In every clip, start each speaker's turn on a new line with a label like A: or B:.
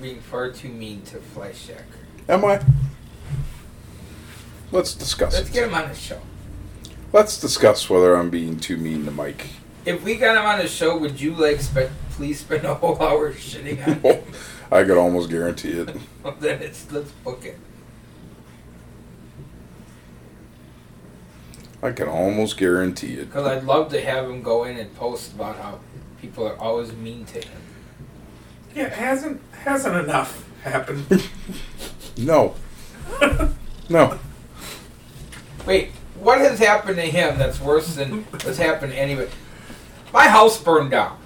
A: being far too mean to Fleischacker.
B: Am I? Let's discuss.
A: Let's
B: it.
A: get him on the show.
B: Let's discuss whether I'm being too mean to Mike.
A: If we got him on the show, would you like spend, please spend a whole hour shitting on him?
B: I could almost guarantee it.
A: well, then it's let's book it.
B: I can almost guarantee it.
A: Because I'd love to have him go in and post about how people are always mean to him.
C: Yeah, hasn't hasn't enough happened?
B: No. No.
A: Wait, what has happened to him that's worse than what's happened to anybody? My house burned down.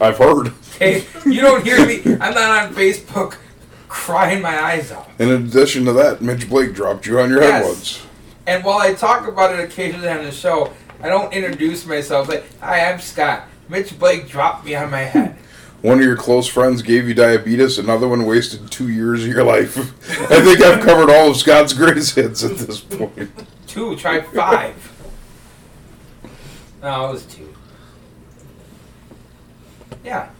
B: I've heard.
A: Okay, you don't hear me. I'm not on Facebook crying my eyes out.
B: In addition to that, Mitch Blake dropped you on your head
A: Yes.
B: once.
A: And while I talk about it occasionally on the show, I don't introduce myself like, "Hi, I'm Scott." Mitch Blake dropped me on my head.
B: One of your close friends gave you diabetes, another one wasted two years of your life. I think I've covered all of Scott's greatest hits at this point.
A: Two, try five. No, it was two. Yeah,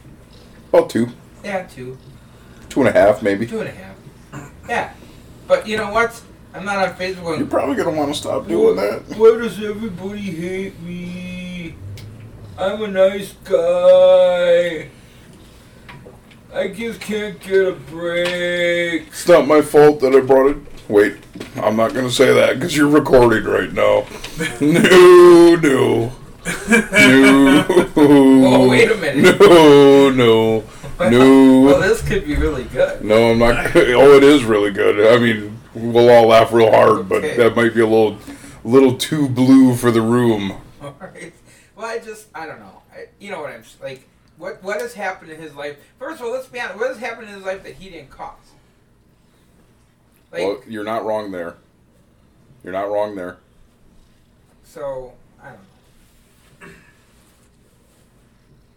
B: Well, two.
A: yeah, two.
B: Two and a half, maybe.
A: Two and a half. Yeah. But you know what? I'm not on Facebook.
B: You're probably going to want to stop
A: Why
B: doing that.
A: why does everybody hate me? I'm a nice guy. I just can't get a break.
B: It's not my fault that I brought it. Wait, I'm not going to say that because you're recording right now. No, no. No.
A: Oh, wait a minute.
B: No, no.
A: well,
B: No.
A: this could be really good.
B: No, I'm not. Oh, it is really good. I mean, we'll all laugh real hard, but
A: Okay.
B: that might be a little, little too blue for the room.
A: All right. Well, I just, I don't know. I, you know what I'm s- like. What what has happened in his life? First of all, let's be honest. What has happened in his life that he didn't cause? Like
B: Well, you're not wrong there. You're not wrong there.
A: so, I don't know.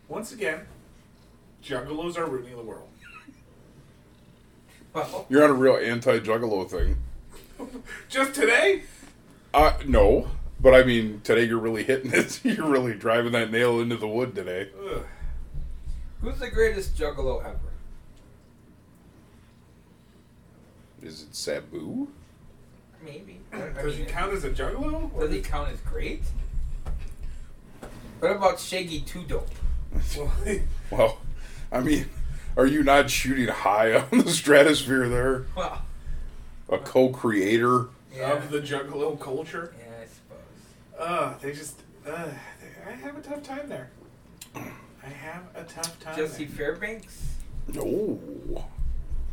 C: Once again, juggalos are ruining the world.
A: Well,
B: You're on a real anti-juggalo thing.
C: Just today?
B: Uh, no, but I mean, today you're really hitting it. You're really driving that nail into the wood today.
C: Ugh.
A: who's the greatest juggalo ever?
B: Is it Sabu?
A: Maybe. I
C: Does he
A: mean,
C: count as a juggalo? Or
A: Does he count as great? What about Shaggy Two Dope?
C: well,
B: Well, I mean, are you not shooting high on the stratosphere there?
A: Well,
B: A co-creator?
A: yeah,
C: of the juggalo culture?
A: yeah, I suppose.
C: Uh, they just. Uh, they, I have a tough time there. I have a tough time.
A: Jesse
C: there.
A: Fairbanks?
B: No.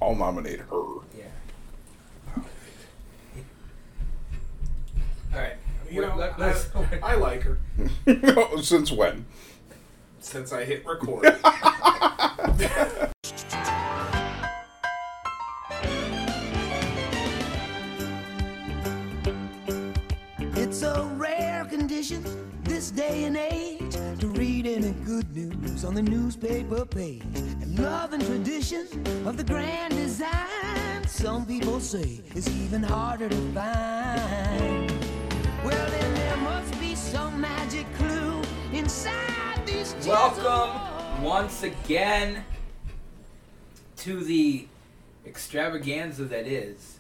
B: I'll nominate her.
A: Yeah. All right.
C: You know,
A: let, us
C: I, I like her
B: Since when?
C: since I hit record. Oh,
D: It's a rare condition this day and age to read any good news on the newspaper page. And love and tradition of the grand design, some people say, is even harder to find. Well, then there must be some magic clue inside these jewels
A: Welcome once again to the extravaganza that is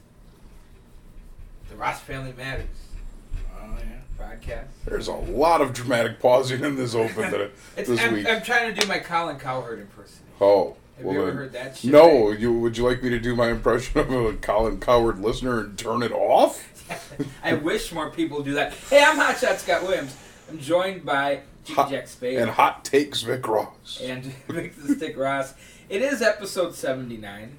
A: the Ross Family Matters
C: oh, yeah.
A: broadcast.
B: There's a lot of dramatic pausing in this open that,
A: It's,
B: this
A: I'm,
B: week.
A: I'm trying to do my Colin Cowherd impersonation.
B: oh.
A: Have
B: well
A: you ever
B: then-
A: heard that shit?
B: No, you, would you like me to do my impression of a Colin Coward listener and turn it off?
A: I wish more people would do that. Hey, I'm Hotshot Scott Williams. I'm joined by G-
B: Hot-
A: Jack Spade
B: And
A: and,
B: hot takes Vic Ross.
A: Rick the Stick Ross. It is episode 79.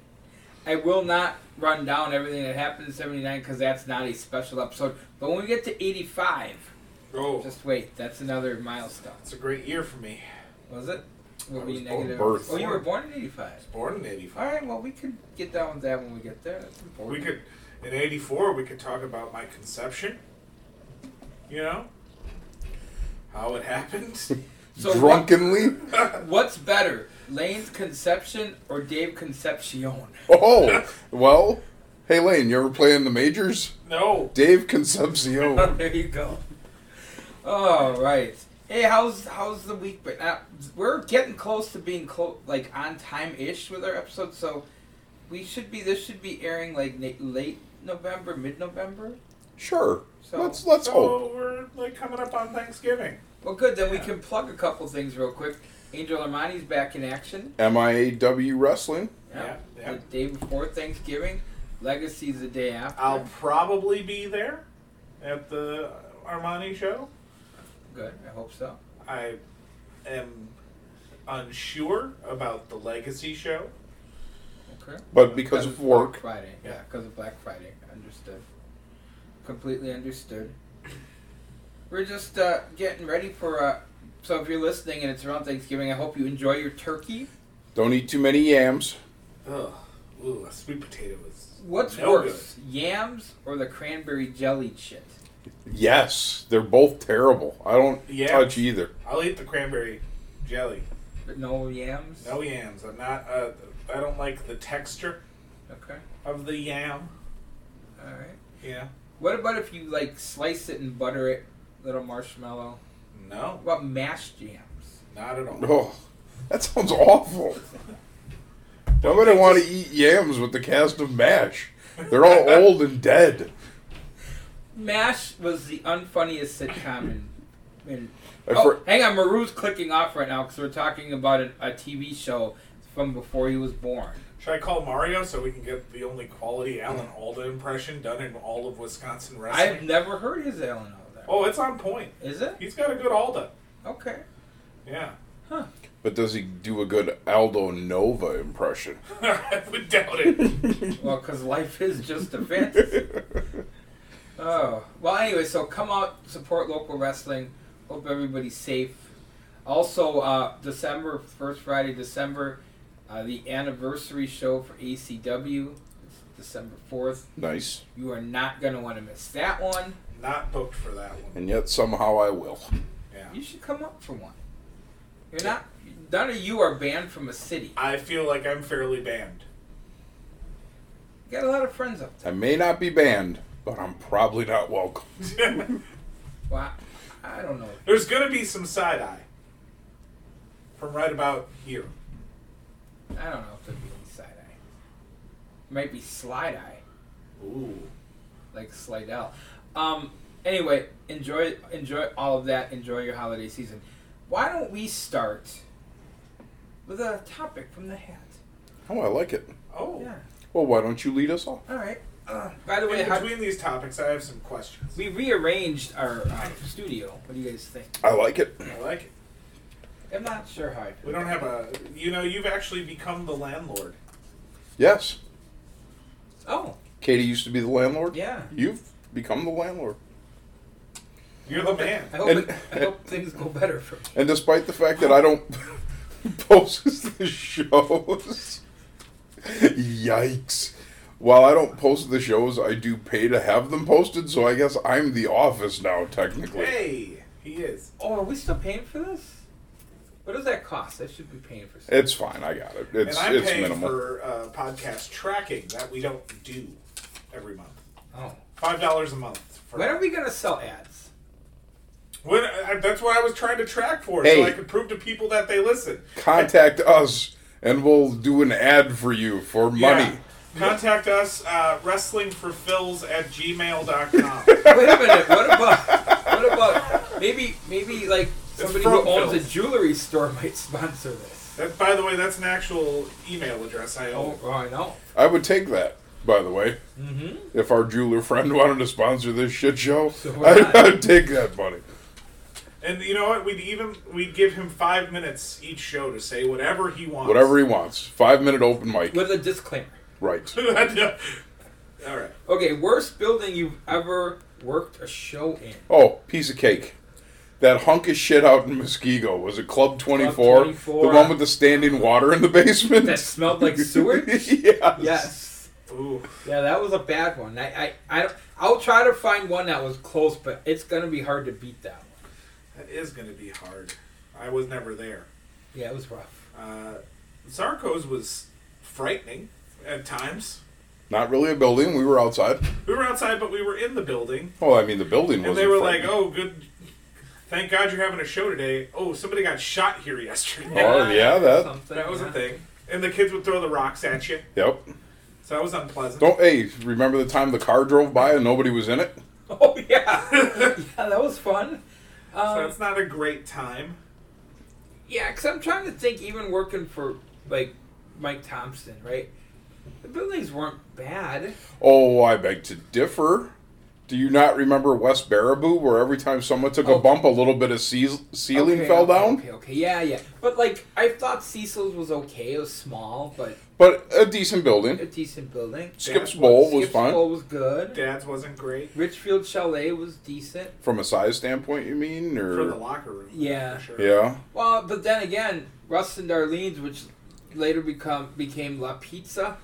A: I will not run down everything that happened in 79 because that's not a special episode. But when we get to 85,
C: Oh,
A: just wait, that's another milestone.
C: it's a great year for me.
A: Was it? Will
C: I
A: be
C: was born
A: negative.
B: birth.
A: Oh, you were born in 85.
C: Born in '85.
A: All right, well, we could get down with that when we get there. That's important.
C: We could, in '84, we could talk about my conception. You know, how it happened.
A: So
B: Drunkenly?
A: what- what's better, Lane's Conception or Dave Concepcion?
B: Oh, well, hey Lane, you ever play in the majors?
C: no,
B: Dave Concepcion.
A: there you go. All right. Hey, how's how's the week? But uh, we're getting close to being close, like on time ish with our episode. So we should be. This should be airing like na- late November, mid November.
B: Sure.
A: So-
B: let's let's hope.
C: So we're like coming up on Thanksgiving.
A: Well, good. Then we
C: Yeah.
A: can plug a couple things real quick. Angel Armani's back in action.
B: MIAW Wrestling.
C: Yeah, yeah.
A: The day before Thanksgiving. Legacy's the day after.
C: I'll probably be there at the Armani show.
A: Good. I hope so.
C: I am unsure about the Legacy show.
A: Okay.
B: But because of work,
A: Friday. Yeah,
C: Yeah.
A: because of Black Friday. Understood. Completely understood. We're just uh, getting ready for. Uh, so if you're listening and it's around Thanksgiving, I hope you enjoy your turkey.
B: don't eat too many yams.
C: Ugh. Ooh, a sweet potato is.
A: What's
C: no
A: worse, yams or the cranberry jelly shit?
B: Yes, they're both terrible. I don't
C: Yams.
B: touch either.
C: good. I'll eat the cranberry jelly.
A: But no yams.
C: No yams. I'm not. Uh, I don't like the texture
A: Okay.
C: of the yam.
A: All right.
C: Yeah.
A: What about if you like slice it and butter it, little marshmallow?
C: No,
A: What about mashed yams?
C: not at all.
B: Oh, that sounds awful. Why would I want to eat yams with the cast of MASH? They're all old and dead.
A: Mash was the unfunniest sitcom in. in
B: I
A: oh,
B: for-
A: hang on, Maru's clicking off right now because we're talking about a, a TV show from before he was born.
C: Should I call Mario so we can get the only quality Alan Alda impression done in all of Wisconsin
A: I've
C: wrestling?
A: never heard his Alan Alda.
C: Oh, it's on point.
A: Is it?
C: He's got a good Alda.
A: Okay.
C: Yeah.
B: But does he do a good Aldo Nova impression?
C: I would doubt it.
A: Well, because life is just a fantasy. oh. Well, anyway, so come out, support local wrestling. Hope everybody's safe. Also, uh, December, first Friday, December, uh, the anniversary show for ACW. It's December 4th.
B: Nice.
A: You are not going to want to miss that one.
C: Not booked for that one.
B: And yet somehow I will.
C: Yeah.
A: You should come up for one. You're not. None of you are banned from a city.
C: I feel like I'm fairly banned.
A: You got a lot of friends up there.
B: I may not be banned, but I'm probably not welcome.
A: Well, I, I don't know.
C: There's going to be some side eye from right about here.
A: I don't know if there'd be any side eye. Might be slide eye,
C: Ooh.
A: like Slidell. Um. Anyway, enjoy enjoy all of that. Enjoy your holiday season. Why don't we start with a topic from the hat?
B: Oh, I like it.
C: Oh.
A: Yeah.
B: Well, why don't you lead us off?
A: All right. Uh, by the way,
C: In
A: how,
C: between these topics, I have some questions.
A: we rearranged our uh, studio. What do you guys think?
B: I like it.
C: I like it.
A: I'm not sure how I feel.
C: We don't have a. You know, you've actually become the landlord.
B: Yes.
A: Oh,
B: Katie used to be the landlord.
A: yeah.
B: You've become the landlord.
C: You're the man.
A: I hope,
B: And-
A: it- I hope things go better for me.
B: And despite the fact that I don't post the shows, yikes. While I don't post the shows, I do pay to have them posted, so I guess I'm the office now, technically.
C: Hey, he is.
A: Oh, are we still paying for this? What does that cost? I should be paying for something.
B: It's fine, I got it. It's,
C: and I'm
B: it's
C: paying
B: minimal.
C: for uh, podcast tracking that we don't do every month.
A: Oh.
C: Five dollars a month. For,
A: When are we going to sell ads?
C: When- I- that's what I was trying to track for,
B: Hey.
C: so I could prove to people that they listen.
B: Contact us, and we'll do an ad for you for money.
C: Yeah. Contact us, uh, wrestlingforphils at gmail.com.
A: Wait a minute. What about what about maybe maybe like somebody who
C: front
A: owns a
C: bills.
A: jewelry store might sponsor this?
C: that, by the way, that's an actual email address I
A: Oh,
C: own.
A: oh, I know.
B: I would take that, by the way. Mm-hmm. If our jeweler friend wanted to sponsor this shit show,
A: why
B: I'd,
A: not?
B: I'd take that money.
C: And you know what? We'd even we'd give him five minutes each show to say whatever he wants.
B: Whatever he wants. Five minute open mic.
A: With a disclaimer.
B: Right.
C: All right.
A: Okay, worst building you've ever worked a show in.
B: Oh, piece of cake. That hunk of shit out in Muskego was it Club Twenty
A: 24?
B: Four, the one with the standing water in the basement.
A: That smelled like sewage?
B: yes.
A: yes.
C: Ooh.
A: Yeah, that was a bad one. I, I, I, don't- I'll try to find one that was close, but it's gonna be hard to beat that one.
C: That is going to be hard. I was never there.
A: Yeah, it was rough.
C: Uh, Zarko's was frightening at times.
B: Not really a building. We were outside.
C: We were outside, but we were in the building,
B: Oh, I mean the building
C: and
B: was.
C: they were like, "Oh, good." Thank God you're having a show today. Oh, somebody got shot here yesterday.
B: Oh, yeah, that-
A: Something,
C: That was
A: yeah.
C: a thing. And the kids would throw the rocks at you.
B: Yep.
C: So that was unpleasant.
B: Don't hey, remember the time the car drove by and nobody was in it?
A: Oh yeah, yeah, that was fun.
C: so it's not a great time.
A: Yeah, because I'm trying to think, even working for like Mike Thompson, right? The buildings weren't bad.
B: Oh, I beg to differ. Do you not remember West Baraboo, where every time someone took a bump, a little bit of ceil- ceiling
A: Okay,
B: fell
A: okay,
B: down?
A: Okay, okay, yeah, yeah. But like, I thought Cecil's was okay. It was small, but
B: But a decent
A: a
B: building.
A: decent building.
B: Skip's
C: Yeah,
B: Bowl was
A: Skip's
B: fine.
A: Bowl was good.
C: Dad's wasn't great
A: Richfield Chalet was decent.
B: From a size standpoint, you mean?
C: for the
B: Or
C: locker room.
A: Yeah.
C: For sure.
B: yeah,
A: Well, but then again, Rust and Darlene's, which later become became La Pizza,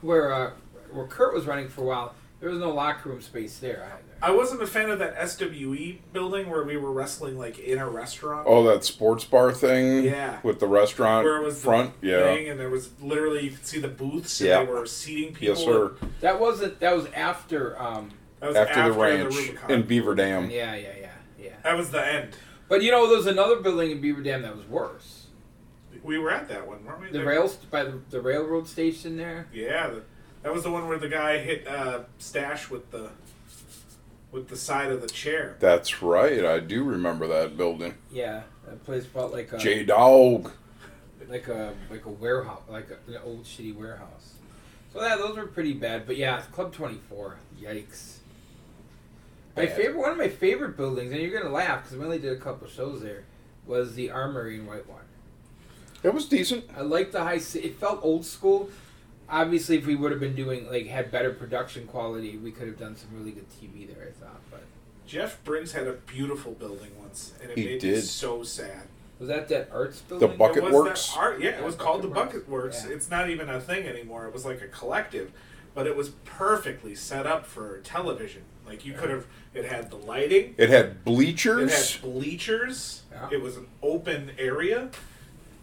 A: where uh, where Kurt was running for a while, there was no locker room space there either.
C: I wasn't a fan of that SWE building where we were wrestling like in a restaurant.
B: oh that sports bar thing.
C: Yeah.
B: with the restaurant
C: Where it was the
B: front. yeah,
C: thing, and there was literally you could see the booths
B: Yeah.
C: and they were seating people.
B: yes, sir.
A: That wasn't. That was after. Um,
C: That was
B: After, the ranch
C: Rubicon.
B: in Beaver Dam.
A: yeah, yeah, yeah, yeah.
C: that was the end.
A: But you know, there was another building in Beaver Dam that was worse.
C: We were at that one, weren't we?
A: The
C: There-
A: rails by the, the railroad station there.
C: Yeah, the, that was the one where the guy hit uh, Stash with the with the side of the chair.
B: That's right. I do remember that building.
A: Yeah, that place felt like a
B: J Dog.
A: like a like a warehouse, like a, an old shitty warehouse. So yeah, those were pretty bad. But yeah, Club Twenty Four, yikes. My
B: Bad.
A: favorite, one of my favorite buildings, and you're gonna laugh because we only did a couple shows there, was the Armory in Whitewater.
B: It was decent.
A: I liked the high. se- It felt old school. Obviously, if we would have been doing like had better production quality, we could have done some really good TV there. I thought, but
C: Jeff Briggs had a beautiful building once, and it
B: He
C: made me
B: did.
C: so sad.
A: was that that Arts building?
C: It
B: Bucket
C: was
B: Works?
C: That art, yeah, it was called the
A: Bucket
C: Bucket
A: Works,
C: Works.
A: yeah.
C: It's not even a thing anymore. It was like a collective, but it was perfectly set up for television. Like you could have, it had the lighting,
B: It had
C: it
B: bleachers.
C: had bleachers,
A: Yeah.
C: it was an open area.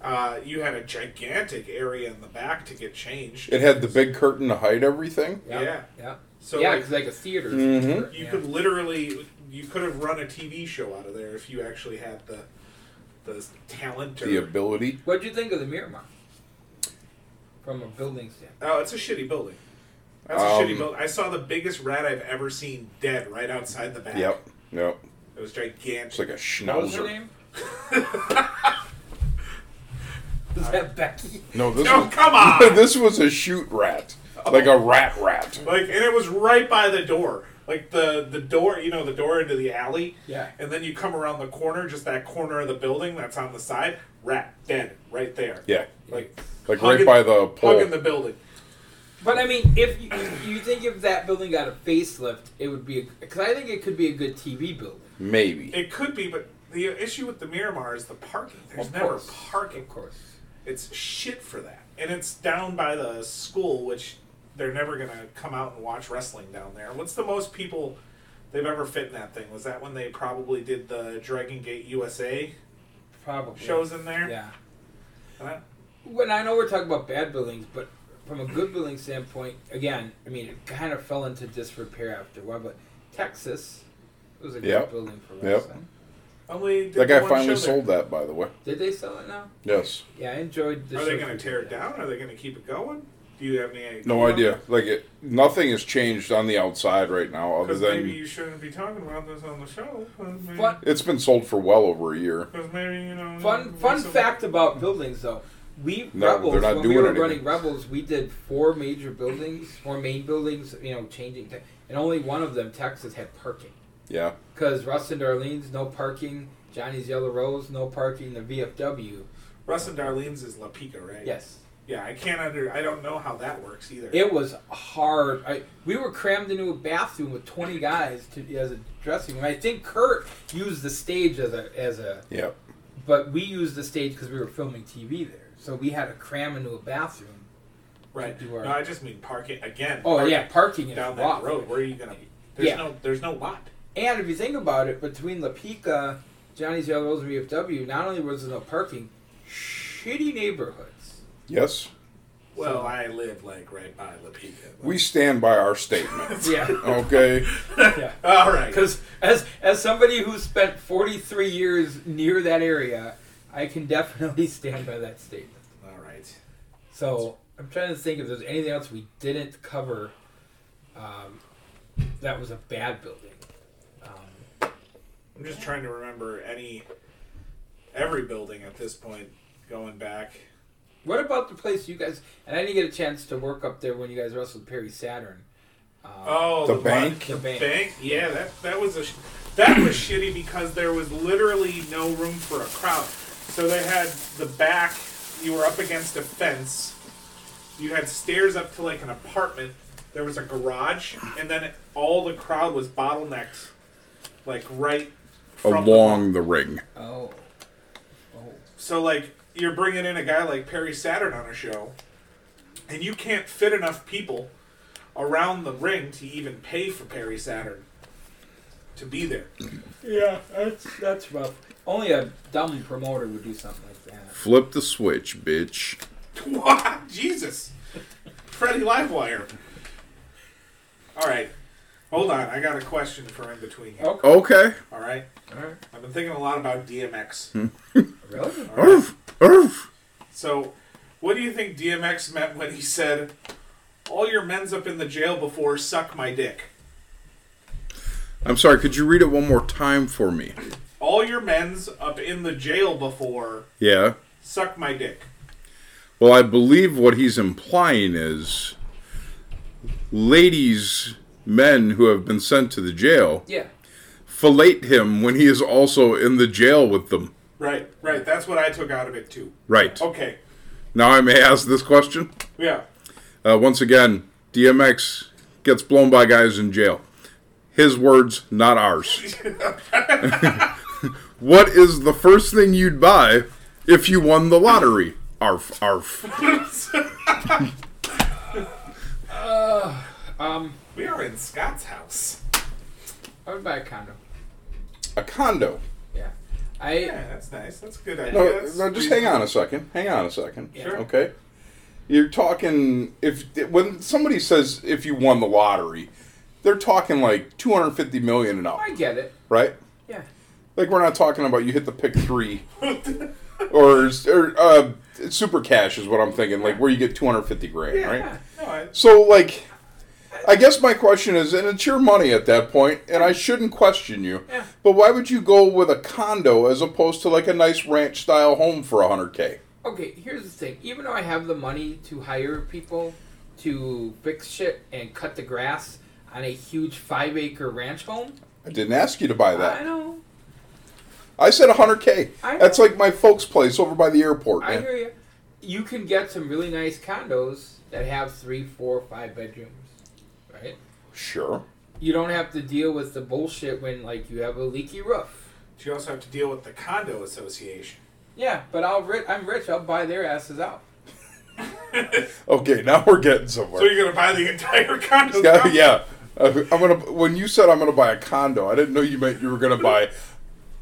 C: Uh, you had a gigantic area in the back to get changed.
B: It had the big curtain to hide everything.
A: yeah, yeah.
C: yeah.
A: yeah.
C: So like,
A: it's like a theater.
B: Mhm.
C: You
A: Yeah.
C: could literally, you could have run a TV show out of there if you actually had the the talent. Or,
B: The ability.
A: What'd you think of the Miramar? From a building standpoint.
C: oh, it's a shitty building. That's
B: Um,
C: a shitty building. I saw the biggest rat I've ever seen dead right outside the back.
B: Yep. Yep.
C: It was
B: It's like
C: gigantic.
B: a
A: What was her
B: schnauzer.
A: name? Is that Becky?
B: No, this
C: oh
B: was
C: come Oh. on!
B: this was a shoot rat, like a rat rat.
C: like, and it was right by the door. Like the the door, you know, the door into the alley.
A: Yeah.
C: And then you come around the corner, just that corner of the building that's on the side. Rat dead right there.
B: Yeah,
C: Like
B: like right
C: hugging-
B: by the pole.
C: hugging the building.
A: But I mean, if you, you think if that building got a facelift, it would be because I think it could be a good TV building.
B: Maybe.
C: It could be, but the issue with the Miramar is the parking. There's
A: Of
C: never
A: course.
C: parking.
A: Of course.
C: It's shit for that. And it's down by the school, which they're never going to come out and watch wrestling down there. What's the most people they've ever fit in that thing? Was that when they probably did the Dragon Gate USA
A: Probably.
C: shows in there?
A: Yeah.
C: And I-
A: When I know we're talking about bad buildings, but from a good building standpoint, again, I mean, it kind of fell into disrepair after a while. But Texas was a good
B: Yep.
A: building for
B: Yep.
A: wrestling.
C: Only did
B: That
C: the
B: guy
C: one
B: finally
C: show there.
B: sold that, by the way.
A: Did they sell it now?
B: Yes.
A: Yeah, I enjoyed. The
C: Are they
A: show
C: going to
A: for-
C: tear it down? Are they going to keep it going? Do you have any idea?
B: No idea. Like it, nothing has changed on the outside right now, other
C: Because
B: than
C: maybe you shouldn't be talking about this on the show.
A: Fun,
B: it's been sold for well over a year.
C: Because maybe, you know.
A: fun, fun
C: some-
A: fact about buildings, though. We
B: No,
A: rebels
B: they're not
A: when we
B: doing
A: were
B: anything.
A: running rebels, we did four major buildings, four main buildings. You know, changing, te- and only one of them, Texas, had parking.
B: Yeah.
A: Because Russ and Darlene's no parking, Johnny's Yellow Rose no parking, the VFW.
C: Russ and Darlene's is La Pica, right?
A: Yes,
C: Yeah, I can't under. I don't know how that works either.
A: it was hard. I, we were crammed into a bathroom with twenty guys to, as a dressing room. I think Kurt used the stage as a as a
B: Yep.
A: But we used the stage because we were filming TV there, so we had to cram into a bathroom.
C: right.
A: You are-
C: No, I just mean parking again.
A: Oh
C: parking
A: yeah, parking is
C: down that
A: rough.
C: road. Where are you gonna? There's
A: Yeah.
C: no. There's no lot.
A: And if you think about it, between La Pica, Johnny's Yellow Rose, and VFW, not only was there no parking, shitty neighborhoods.
B: Yes.
C: Well, I live like right by La Pica.
B: We stand by our statement.
A: Yeah,
B: Okay?
A: yeah.
C: All right.
A: Because as as somebody who spent 43 years near that area, I can definitely stand by that statement.
C: All right.
A: So I'm trying to think if there's anything else we didn't cover um, that was a bad building. Um,
C: I'm just trying to remember any every building at this point going back.
A: what about the place you guys? And I didn't get a chance to work up there when you guys wrestled Perry Saturn. Um,
C: Oh,
B: The
C: one-
B: bank?
A: the bank.
C: bank. Yeah, that that was a sh- that was shitty because there was literally no room for a crowd. So they had the back. You were up against a fence. You had stairs up to like an apartment. There was a garage, and then all the crowd was bottlenecked, like right from the-
B: Along the ring.
A: Oh. Oh.
C: So like you're bringing in a guy like Perry Saturn on a show, and you can't fit enough people around the ring to even pay for Perry Saturn to be there.
A: Yeah, that's that's rough. Only a dumb promoter would do something like that.
B: Flip the switch, bitch.
C: Wow, Jesus, Freddie Livewire. All right, hold on. I got a question for in between. Here.
A: Okay.
B: Okay.
C: All right,
A: All right.
C: I've been thinking a lot about DMX.
A: Really?
B: Oof. Oof.
C: So, what do you think DMX meant when he said, "All your men's up in the jail before suck my dick"?
B: I'm sorry, could you read it one more time for me?
C: all your men's up in the jail before
B: Yeah.
C: suck my dick
B: Well, I believe what he's implying is ladies, men who have been sent to the jail,
A: Yeah.
B: fillet him when he is also in the jail with them.
C: right right that's what i took out of it too
B: Right.
C: okay
B: Now I may ask this question.
C: yeah
B: Uh, once again, DMX gets blown by guys in jail. His words, not ours. what is the first thing you'd buy if you won the lottery? Arf, arf.
A: Um,
C: we are in scott's house
A: I would buy a condo.
B: A condo.
A: Yeah. I
C: yeah that's nice that's a good idea
B: No,
C: That's
B: no, just hang on a second. Hang on a second.
A: Sure.
B: Okay. You're talking if when somebody says if you won the lottery, they're talking like 250 million and up,
A: I get it.
B: right?
A: Yeah.
B: Like we're not talking about you hit the pick three, or or uh, super cash is what I'm thinking. Like where you get 250 grand,
A: Yeah.
B: right?
C: no, I,
B: So like, I guess my question is, and it's your money at that point, and I shouldn't question you.
A: Yeah.
B: But why would you go with a condo as opposed to like a nice ranch style home for 100k?
A: Okay, here's the thing. Even though I have the money to hire people to fix shit and cut the grass on a huge five acre ranch home,
B: I didn't ask you to buy
A: I
B: that.
A: know.
B: I said 100k.
A: I know.
B: That's like my folks' place over by the airport,
A: I
B: man.
A: hear you. You can get some really nice condos that have three, four, five bedrooms, right?
B: Sure.
A: You don't have to deal with the bullshit when like you have a leaky roof.
C: you also have to deal with the condo association
A: Yeah, but I'll ri- I'm rich. I'll buy their asses out.
B: Okay, now we're getting
C: so
B: somewhere.
C: you're gonna buy the entire condo
B: Yeah,
C: complex?
B: yeah. Uh, I'm gonna. When you said I'm gonna buy a condo, I didn't know you meant you were gonna buy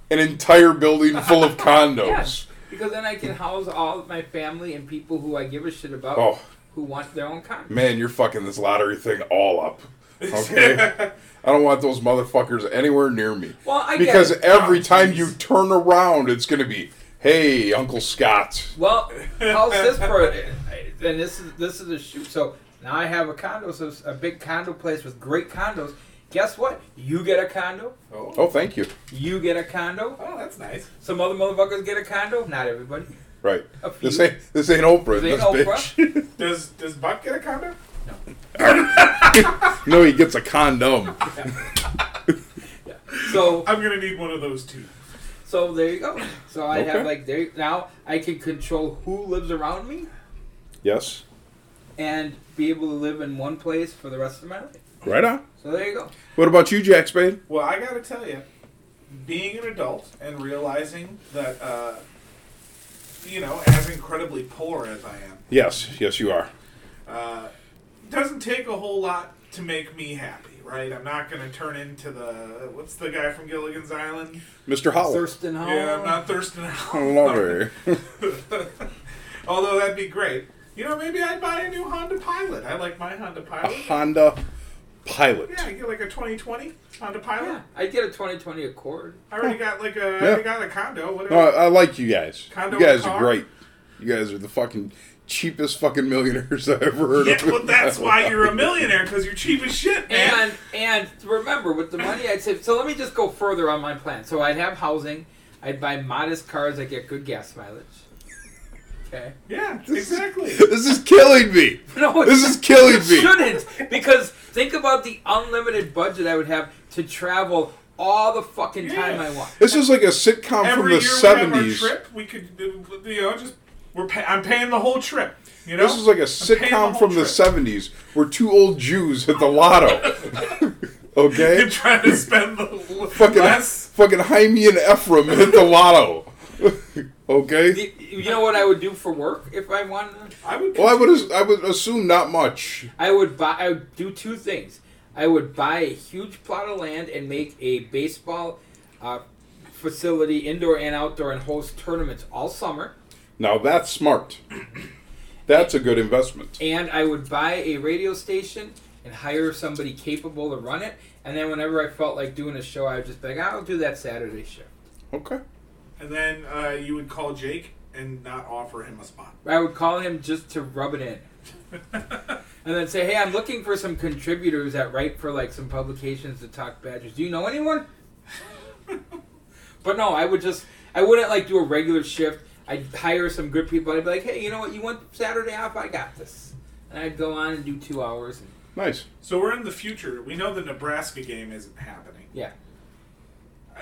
B: an entire building full of condos.
A: Yes, because then I can house all of my family and people who I give a shit about
B: Oh.
A: who want their own condo.
B: Man, you're fucking this lottery thing all up. Okay. I don't want those motherfuckers anywhere near me.
A: Well, I get
B: because
A: it.
B: every
C: Oh,
B: time
C: jeez.
B: you turn around, it's gonna be, "Hey, Uncle Scott."
A: Well, how's this for? Then this is this is a shoot. So now I have a condo, so it's a big condo place with great condos. Guess what? You get a condo.
C: oh.
B: Oh, thank you.
A: You get a condo.
C: oh that's nice
A: Some other motherfuckers get a condo. Not everybody.
B: Right.
A: A
B: This
A: few.
B: ain't this ain't Oprah.
A: This
B: This,
A: ain't
B: bitch.
C: does does buck get a condo
B: no, he gets a condom.
A: So
C: i'm gonna need one of those two
A: so there you go. So I
B: Okay.
A: have like there now I can control who lives around me
B: Yes.
A: and be able to live in one place for the rest of my life.
B: Right on.
A: So there you go.
B: What about you, Jack Spade?
C: Well, I gotta tell you, being an adult and realizing that, uh, you know, as incredibly poor as I am,
B: Yes. Yes, you are.
C: uh, doesn't take a whole lot to make me happy, right? I'm not gonna turn into the what's the guy from Gilligan's Island?
B: Mr. Howell.
A: Thurston Howell.
C: Yeah, I'm not thirsting out.
B: Lover.
C: Although that'd be great. You know, maybe I'd buy a new Honda Pilot. I like my Honda
B: A
C: Pilot.
B: Honda Pilot.
C: Yeah, I get like a 2020 Honda Pilot.
A: Yeah, I did a 2020 Accord.
C: I already got like a, I
B: Yeah. Uh,
C: already got a condo. Whatever.
B: No, I, I like you guys.
C: Condo
B: you guys
C: car?
B: are great. You guys are the fucking cheapest fucking millionaires I've ever heard
C: yeah,
B: of.
C: well, that's why you're a millionaire because you're cheap as shit, man.
A: And and remember, with the money I'd save. So let me just go further on my plan. So I'd have housing. I'd buy modest cars that get good gas mileage. Okay.
C: yeah, exactly.
B: This is killing me.
A: No,
B: This
A: it
B: is killing me.
A: shouldn't because think about the unlimited budget I would have to travel all the fucking time I
C: Yeah.
A: want.
B: This is like a sitcom from
C: Every
B: the
C: year we have our
B: seventies.
C: trip, we could, do- you know, just we're pay- I'm paying the whole trip. You know,
B: This is like a
C: I'm paying
B: sitcom
C: whole
B: from the
C: trip.
B: seventies where two old Jews hit the lotto.
C: You're
B: okay,
C: trying to spend the
B: fucking
C: less.
B: fucking Jaime and Ephraim hit the lotto. okay.
A: The- you know what I would do for work if I wanted? to?
C: I would.
B: well, I would I would assume not much.
A: I would buy. I would do two things. I would buy a huge plot of land and make a baseball uh, facility, indoor and outdoor, and host tournaments all summer.
B: Now that's smart. That's a good investment.
A: and I would buy a radio station and hire somebody capable to run it. And then whenever I felt like doing a show, I would just be like, I'll do that Saturday show.
B: Okay.
C: and then uh, you would call Jake and not offer him a spot.
A: I would call him just to rub it in. and then say, hey, I'm looking for some contributors that write for like some publications to talk Badgers. Do you know anyone? but no, I would just, I wouldn't like do a regular shift. I'd hire some good people. I'd be like, hey, you know what? You want Saturday off? I got this. And I'd go on and do two hours. And,
B: Nice.
C: So we're in the future. We know the Nebraska game isn't happening.
A: yeah.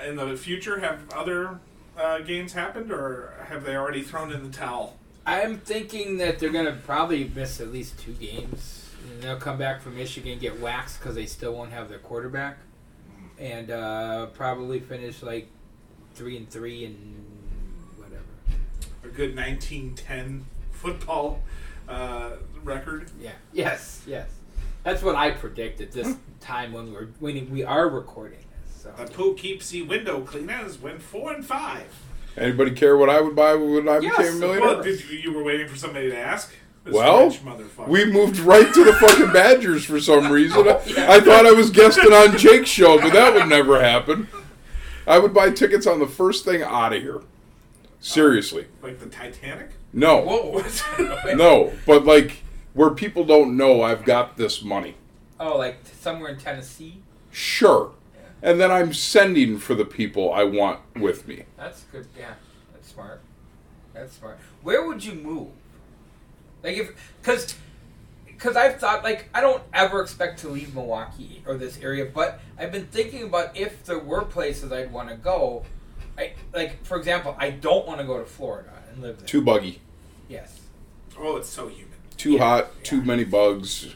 C: In the future, have other uh, games happened, or have they already thrown in the towel?
A: I'm thinking that they're gonna probably miss at least two games. And they'll come back from Michigan and get waxed because they still won't have their quarterback, and uh, probably finish like three and three and whatever.
C: A good 1910 football uh, record.
A: Yeah. Yes. Yes. That's what I predict at this time when we're when we are recording this. So.
C: The poo keeps the window cleaners win four and five.
B: Anybody care what I would buy when I
A: Yes,
B: became a
A: of
B: millionaire?
C: Well, did you, you were waiting for somebody to ask? This
B: Well,
C: rich motherfucker.
B: We moved right to the fucking Badgers for some reason. I,
A: Yeah.
B: I thought I was guesting on Jake's show, but that would never happen. I would buy tickets on the first thing out of here. Seriously.
C: like the Titanic.
B: No.
A: Whoa.
B: No. But like where people don't know I've got this money.
A: oh, like t- somewhere in Tennessee.
B: Sure. And then I'm sending for the people I want with me.
A: That's good. Yeah, that's smart. That's smart. Where would you move? Like if, because, because I've thought like I don't ever expect to leave Milwaukee or this area, but I've been thinking about if there were places I'd want to go. I like, for example, I don't want to go to Florida and live there.
B: Too buggy.
A: Yes.
C: Oh, it's so humid.
B: Too hot, too many bugs,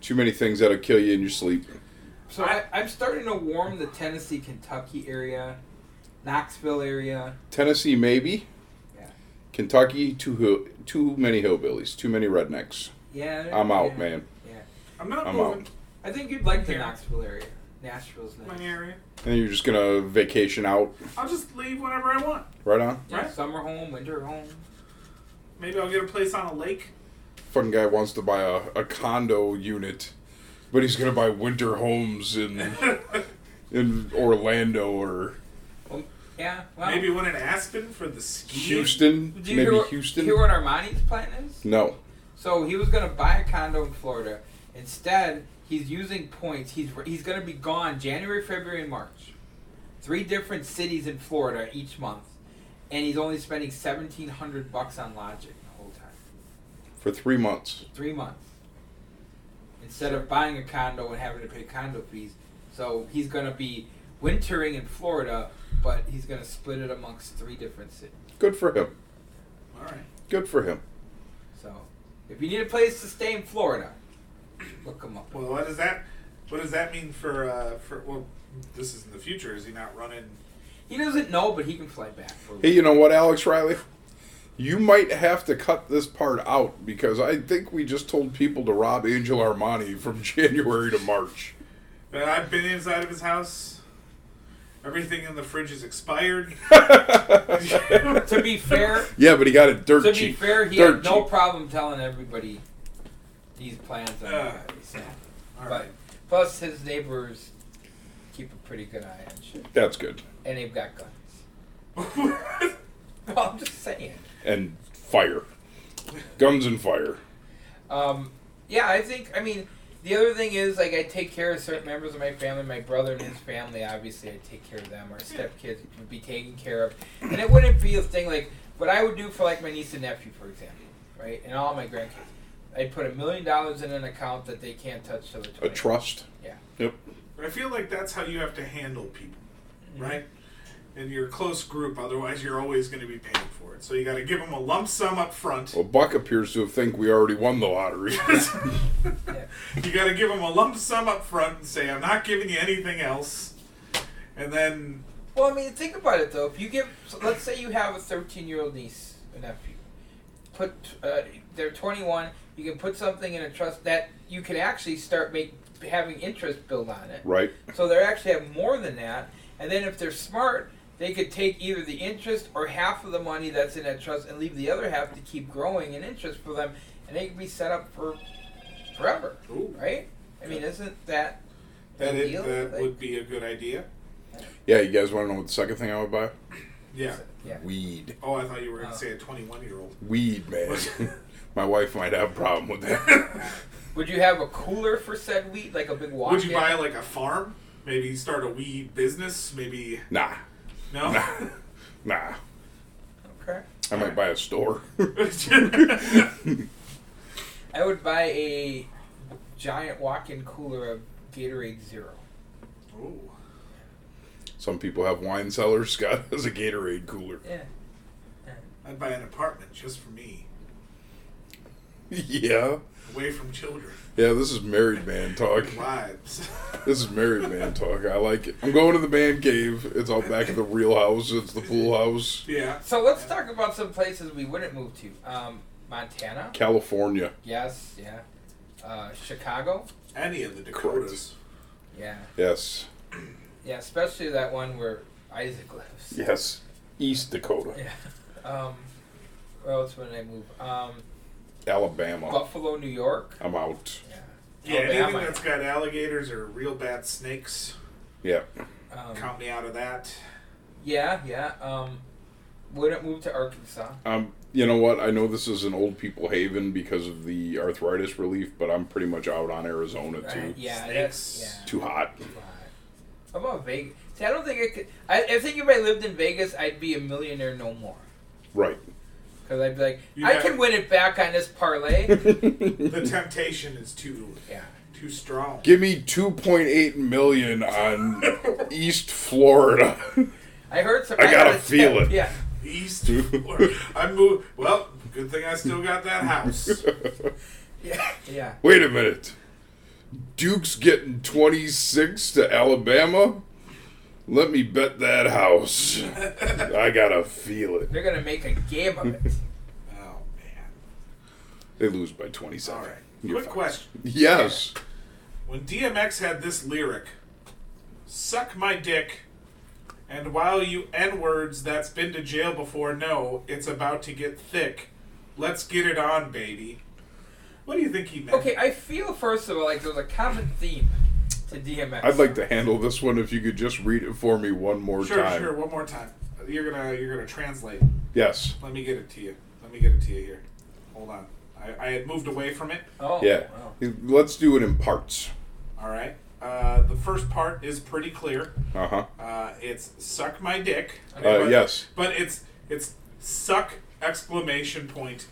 B: too many things that'll kill you in your sleep.
A: So I, I'm starting to warm the Tennessee, Kentucky area, Knoxville area.
B: Tennessee maybe.
A: Yeah.
B: Kentucky, too hill- too many hillbillies, too many rednecks.
A: Yeah.
B: I'm out,
A: yeah,
B: man.
A: Yeah.
C: I'm not
B: I'm
C: moving
B: out.
A: I think you'd like the
C: Here.
A: Knoxville area. Nashville's nice.
C: my area.
B: And you're just gonna vacation out,
C: I'll just leave whenever I want.
B: right on.
A: Yeah,
C: Right?
A: Summer home, winter home.
C: Maybe I'll get a place on a lake.
B: Fucking guy wants to buy a, a condo unit, but he's gonna buy winter homes in in Orlando or
A: Um, Yeah, well,
C: Maybe one in Aspen for the ski.
B: Houston,
A: Do you
B: maybe
A: hear what,
B: Houston.
A: Hear what Armani's plan is?
B: no,
A: So he was gonna buy a condo in Florida. Instead, he's using points. He's he's gonna be gone January, February, and March. Three different cities in Florida each month, and he's only spending seventeen hundred bucks on lodging the whole time.
B: for three months.
A: Three months. Instead of buying a condo and having to pay condo fees, so he's gonna be wintering in Florida, but he's gonna split it amongst three different cities.
B: Good for him.
C: All right.
B: Good for him.
A: So, if you need a place to stay in Florida, look him up.
C: Well, what does that? What does that mean for? Uh, for well, this is in the future. Is he not running?
A: He doesn't know, but he can fly back. For
B: Hey, you know what, Alex Riley? You might have to cut this part out because I think we just told people to rob Angel Armani from January to March.
C: But I've been inside of his house, Everything in the fridge is expired.
A: to be fair,
B: Yeah, but he got it dirt
A: to be
B: cheap.
A: fair, he
B: dirt
A: had no
B: cheap.
A: problem telling everybody these plans. On
C: Ah.
A: everybody, so.
C: All
A: But
C: right.
A: plus, his neighbors keep a pretty good eye on shit,
B: That's good.
A: and they've got guns. Well, I'm just saying.
B: And fire, guns and fire.
A: Um, yeah, I think. I mean, the other thing is like I take care of certain members of my family, my brother and his family. Obviously, I take care of them. Our stepkids would be taken care of, and it wouldn't be a thing like what I would do for like my niece and nephew, for example, right, and all my grandkids. I'd put a million dollars in an account that they can't touch till the
B: A
A: 20.
B: trust.
A: Yeah.
B: Yep.
C: But I feel like that's how you have to handle people, right? In your close group, otherwise you're always going to be paying for it. So you got to give them a lump sum up front.
B: Well, Buck appears to have think we already won the lottery.
A: Yeah.
C: You got to give them a lump sum up front and say, "I'm not giving you anything else." And then,
A: Well, I mean, think about it though. If you give, so let's say you have a 13 year old niece and nephew, put uh, they're 21. You can put something in a trust that you can actually start make having interest build on it.
B: right.
A: So they actually have more than that. And then if they're smart, they could take either the interest or half of the money that's in that trust and leave the other half to keep growing in interest for them, and they could be set up for forever,
C: ooh,
A: right? I mean, isn't that
C: that
A: the
C: it,
A: deal?
C: that
A: Like,
C: would be a good idea.
B: Yeah, you guys want to know what the second thing I would buy?
C: Yeah.
A: yeah.
B: Weed.
C: Oh, I thought you were going to say a 21 year old.
B: Weed, man. My wife might have a problem with that.
A: Would you have a cooler for said wheat, like a big walk?
C: Would you buy like a farm? Maybe start a weed business? Maybe
B: nah,
C: no.
B: nah.
A: Okay.
B: I might buy a store.
A: I would buy a giant walk-in cooler of Gatorade Zero.
C: Ooh.
B: Some people have wine cellars. Scott has a Gatorade cooler.
A: Yeah.
C: I'd buy an apartment just for me,
B: Yeah.
C: away from children,
B: Yeah, this is married man talk.
C: wives.
B: This is married man talk. I like it. I'm going to the man cave. It's all back at the real house. It's the pool house.
C: yeah.
A: So let's talk about some places we wouldn't move to. Um, Montana.
B: California.
A: Yes. Yeah. Uh, Chicago.
C: Any of the Dakotas.
A: Yeah.
B: Yes.
A: Yeah. Especially that one where Isaac lives.
B: Yes. East Dakota.
A: Yeah. Um, where else would I move? Um,
B: Alabama.
A: Buffalo, New York.
B: I'm out.
A: Yeah.
C: Yeah,
A: Alabama.
C: anything that's got alligators or real bad snakes,
B: Yeah.
A: Um,
C: count me out of that.
A: yeah. Yeah. Um, wouldn't move to Arkansas.
B: Um, you know what? I know this is an old people haven because of the arthritis relief, but I'm pretty much out on Arizona too.
A: Right, Uh, yeah,
C: snakes.
A: that's, yeah.
B: Too hot.
A: How about Vegas? See, I don't think I could. I, I think if I lived in Vegas, I'd be a millionaire no more.
B: Right.
A: Because I'd be like,
C: You
A: I
C: have-
A: can win it back on this parlay.
C: The temptation is too
A: yeah.
C: too strong.
B: Give me 2.8 million on East Florida.
A: I heard some.
B: I gotta
A: tip,
B: feel it.
A: Yeah.
C: East. Florida. I moved. Well, good thing I still got that house.
A: Yeah. Yeah.
B: Wait a minute. Duke's getting 26 to Alabama? Let me bet that house. I gotta feel it.
A: They're going to make a game of it.
C: Oh man.
B: They lose by 27.
C: All right.
B: You're
C: Quick
B: fine.
C: question.
B: Yes.
C: When DMX had this lyric, "Suck my dick," and while you n words that's been to jail before know it's about to get thick, let's get it on, baby. What do you think he meant?
A: Okay, I feel, first of all, like there's a common theme to DMX.
B: I'd like to handle this one if you could just read it for me one more
C: Sure,
B: time.
C: sure. One more time. You're gonna you're gonna translate.
B: Yes.
C: Let me get it to you. Let me get it to you here. Hold on. I, I had moved away from it.
A: Oh,
B: Yeah.
A: wow.
B: Let's do it in parts.
C: All right. Uh, the first part is pretty clear.
B: Uh huh.
C: Uh, it's suck my dick.
B: Uh, yes.
C: But it's it's suck exclamation point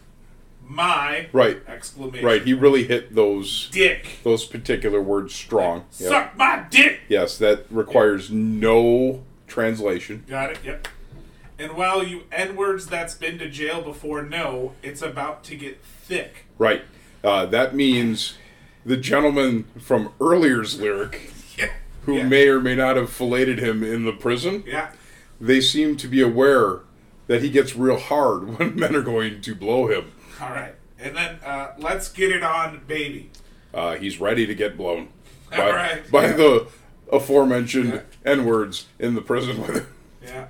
C: my
B: Right.
C: exclamation
B: Right. He really hit those
C: dick
B: those particular words strong. Yep.
C: suck my dick.
B: Yes, that requires no translation.
C: Got it. Yep. And while you n words that's been to jail before know it's about to get thick.
B: Right. Uh, that means the gentleman from earlier's lyric,
C: Yeah.
B: who
C: Yeah.
B: may or may not have filleted him in the prison,
C: Yeah.
B: they seem to be aware that he gets real hard when men are going to blow him.
C: All right. And then uh, let's get it on, baby.
B: Uh, he's ready to get blown.
C: All
B: by,
C: right.
B: by the aforementioned
C: Yeah.
B: N words in the prison with him.
C: Yeah,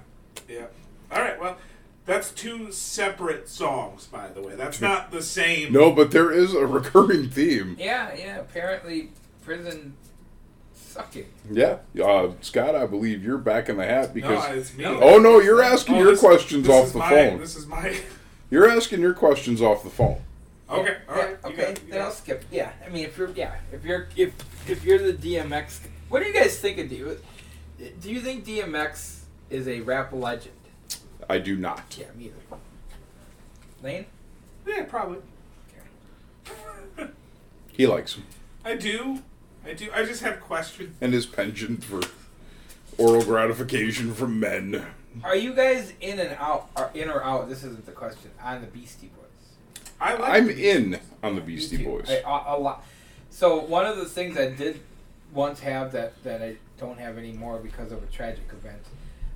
C: yeah. All right. Well, that's two separate songs, by the way. That's not the same.
B: No, but there is a recurring theme.
A: Yeah, yeah. Apparently, prison suck it.
B: Yeah. Uh, Scott, I believe you're back in the hat
C: No,
B: because.
C: it's me.
A: No.
B: oh, no, you're asking
C: Oh,
B: your
C: this-
B: questions
C: this
B: off
C: is
B: the
C: my-
B: phone.
C: This is my.
B: You're asking your questions off the phone.
C: Okay. All
A: Yeah,
C: right. you
A: okay,
C: got it, you
A: then
C: got
A: I'll
C: it.
A: skip. Yeah, I mean, if you're yeah, if you're if if you're the DMX, what do you guys think of do? Do you think DMX is a rap legend?
B: I do not.
A: Yeah, me either. Lane.
C: Yeah, probably.
B: He likes him.
C: I do. I do. I just have questions.
B: And his penchant for oral gratification from men.
A: Are you guys in and out? Are in or out? This isn't the question. On the Beastie Boys.
C: I like.
B: I'm
C: the Beastie
B: in
C: Boys.
B: on the
A: Me
B: Beastie
A: too.
B: Boys.
A: I- a- a lot. So one of the things I did once have that that I don't have anymore because of a tragic event.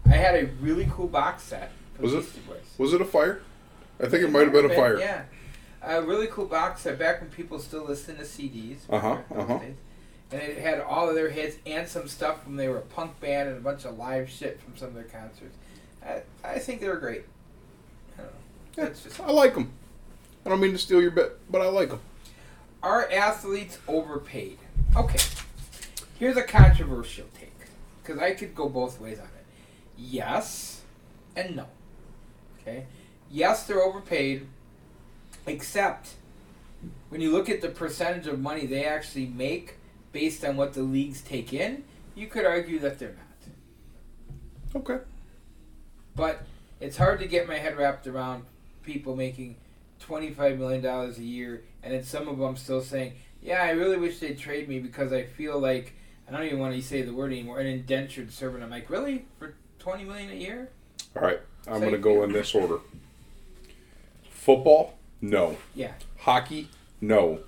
A: I had a really cool box set for
B: Was
A: the
B: it?
A: Beastie Boys.
B: Was it a fire? I think it might have been a fire.
A: Yeah, a really cool box set back when people still listened to CDs.
B: Uh-huh,
A: back in those
B: uh-huh.
A: days. And it had all of their hits and some stuff from they were a punk band and a bunch of live shit from some of their concerts. I, I think they were great. I don't know.
B: Yeah,
A: That's just
B: I like them. I don't mean to steal your bit, but I like them.
A: Are athletes overpaid? Okay. Here's a controversial take, because I could go both ways on it. Yes and no. Okay? Yes, they're overpaid, except when you look at the percentage of money they actually make based on what the leagues take in, you could argue that they're not
B: Okay.
A: but it's hard to get my head wrapped around people making $25 million a year and then some of them still saying yeah i really wish they'd trade me because i feel like i don't even want to say the word anymore an indentured servant i'm like really for 20 million a year
B: All right. I'm
A: So
B: going to
A: you
B: go
A: feel-
B: in this order football, no.
A: yeah
B: Hockey, no.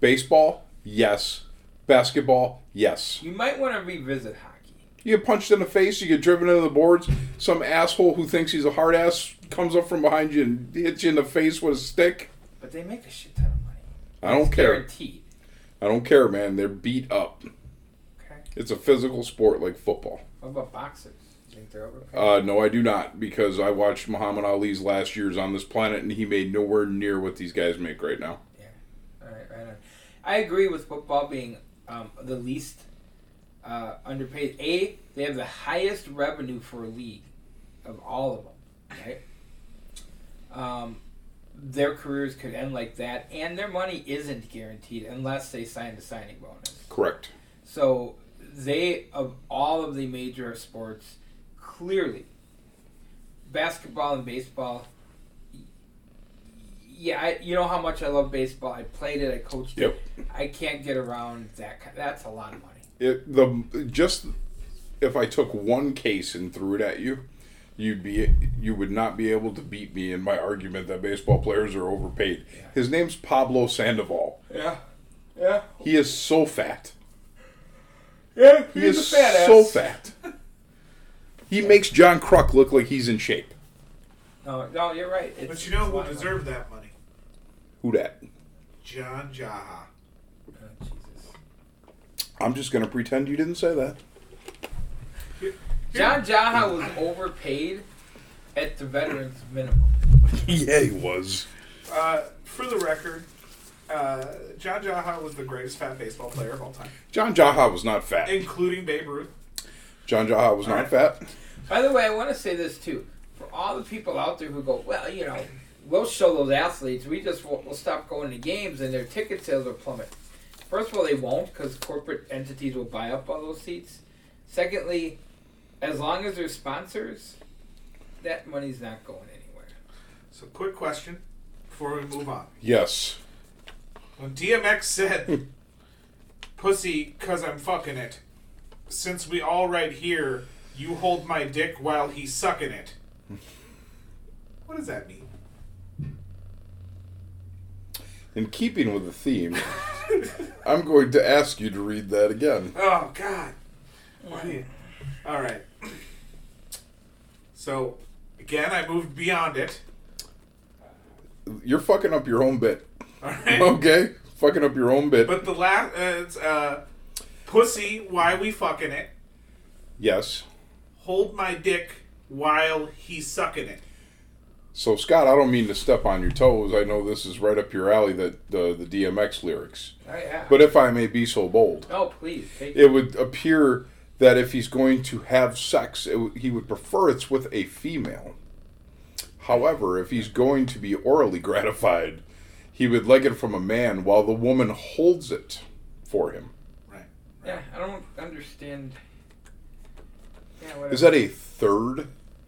B: Baseball, yes. Basketball, yes.
A: you might want to revisit hockey
B: You get punched in the face, you get driven into the boards. Some asshole who thinks he's a hard ass comes up from behind you and hits you in the face with a stick.
A: but they make a shit ton of money
B: I don't
A: It's
B: care.
A: guaranteed
B: I don't care, man. They're beat up.
A: okay
B: It's a physical sport like football.
A: what about boxers you think they're overpaid
B: Uh, no, I do not, because I watched Muhammad Ali's last years on this planet, and he made nowhere near what these guys make right now.
A: All right, right on. I agree with football being um, the least uh, underpaid. A, they have the highest revenue for a league of all of them. Right? Um, their careers could end like that, and their money isn't guaranteed unless they sign the signing bonus.
B: Correct.
A: So they, of all of the major sports, clearly basketball and baseball. y- Yeah, I, you know how much I love baseball. I played it. I coached
B: Yep.
A: it. I can't get around that. ki- That's a lot of money.
B: It, the just if I took one case and threw it at you, you'd be you would not be able to beat me in my argument that baseball players are overpaid. His name's Pablo Sandoval.
A: Yeah, yeah,
B: He is so fat.
A: yeah.
B: He is so fat. He makes John Kruk look like he's in shape.
A: No, no, you're right. It's,
C: But you know
A: it's a lot
C: who
A: of
C: deserved that money?
B: Who dat?
C: John Jaha.
A: money. Oh, Jesus.
B: I'm just gonna pretend you didn't say that.
A: John Jaha was overpaid at the veterans minimum.
B: yeah, he was.
C: Uh, for the record, uh, John Jaha was the greatest fat baseball player of all time,
B: John Jaha was not fat.
C: including Babe Ruth.
B: John Jaha was not fat.
A: By the way, I want to say this too. For all the people out there who go, well, you know, we'll show those athletes, we just won't, we'll stop going to games and their ticket sales will plummet. First of all, they won't because corporate entities will buy up all those seats. Secondly, as long as they're sponsors, that money's not going anywhere.
C: So, quick question before we move on.
B: Yes.
C: When DMX said, "Pussy, cause I'm fucking it," since we all right here, you hold my dick while he's sucking it. What does that mean?
B: In keeping with the theme, I'm going to ask you to read that again.
C: Oh God! Why do you- All right. So, again, I moved beyond it.
B: You're fucking up your own bit.
C: All right.
B: Okay? Fucking up your own bit.
C: But the last, uh, it's uh, Pussy, why we fucking it?
B: Yes.
C: Hold my dick while he's sucking it.
B: So Scott, I don't mean to step on your toes. I know this is right up your alley that uh, the the DMX lyrics.
A: Oh, yeah.
B: But if I may be so bold,
A: no, please. Take
B: it would appear that if he's going to have sex, it, w- he would prefer it's with a female. However, if he's going to be orally gratified, he would like it from a man while the woman holds it for him.
C: Right.
A: Yeah, I don't understand. Yeah, whatever.
B: Is that a third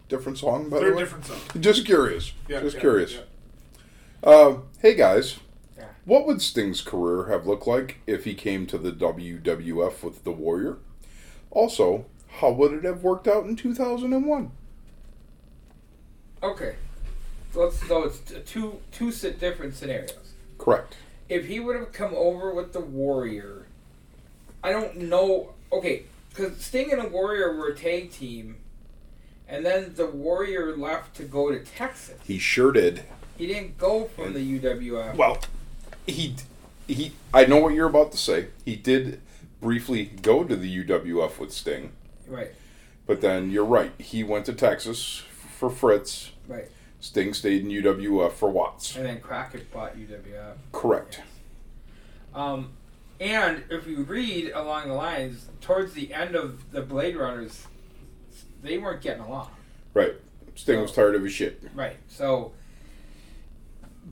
B: different song, by the
C: Third
B: way?
C: different song.
B: Just curious.
C: Yeah,
B: Just
C: yeah,
B: curious.
C: yeah.
B: Uh, hey guys,
A: Yeah.
B: what would Sting's career have looked like if he came to the WWF with the Warrior? Also, how would it have worked out in 2001?
A: okay? Let's so it's t- two two s- different scenarios.
B: Correct.
A: If he would have come over with the Warrior, I don't know. Okay, because Sting and the Warrior were a tag team, and then the Warrior left to go to Texas.
B: He sure did.
A: He didn't go from the UWF.
B: Well, he he. I know what you're about to say. He did briefly go to the UWF with Sting,
A: Right,
B: but then you're right. He went to Texas for Fritz.
A: right.
B: Sting stayed in UWF for Watts.
A: And then Crockett bought UWF.
B: Correct.
A: Um, and if you read along the lines, towards the end of the Blade Runners, they weren't getting along.
B: Right. Sting was tired of his shit.
A: Right. So,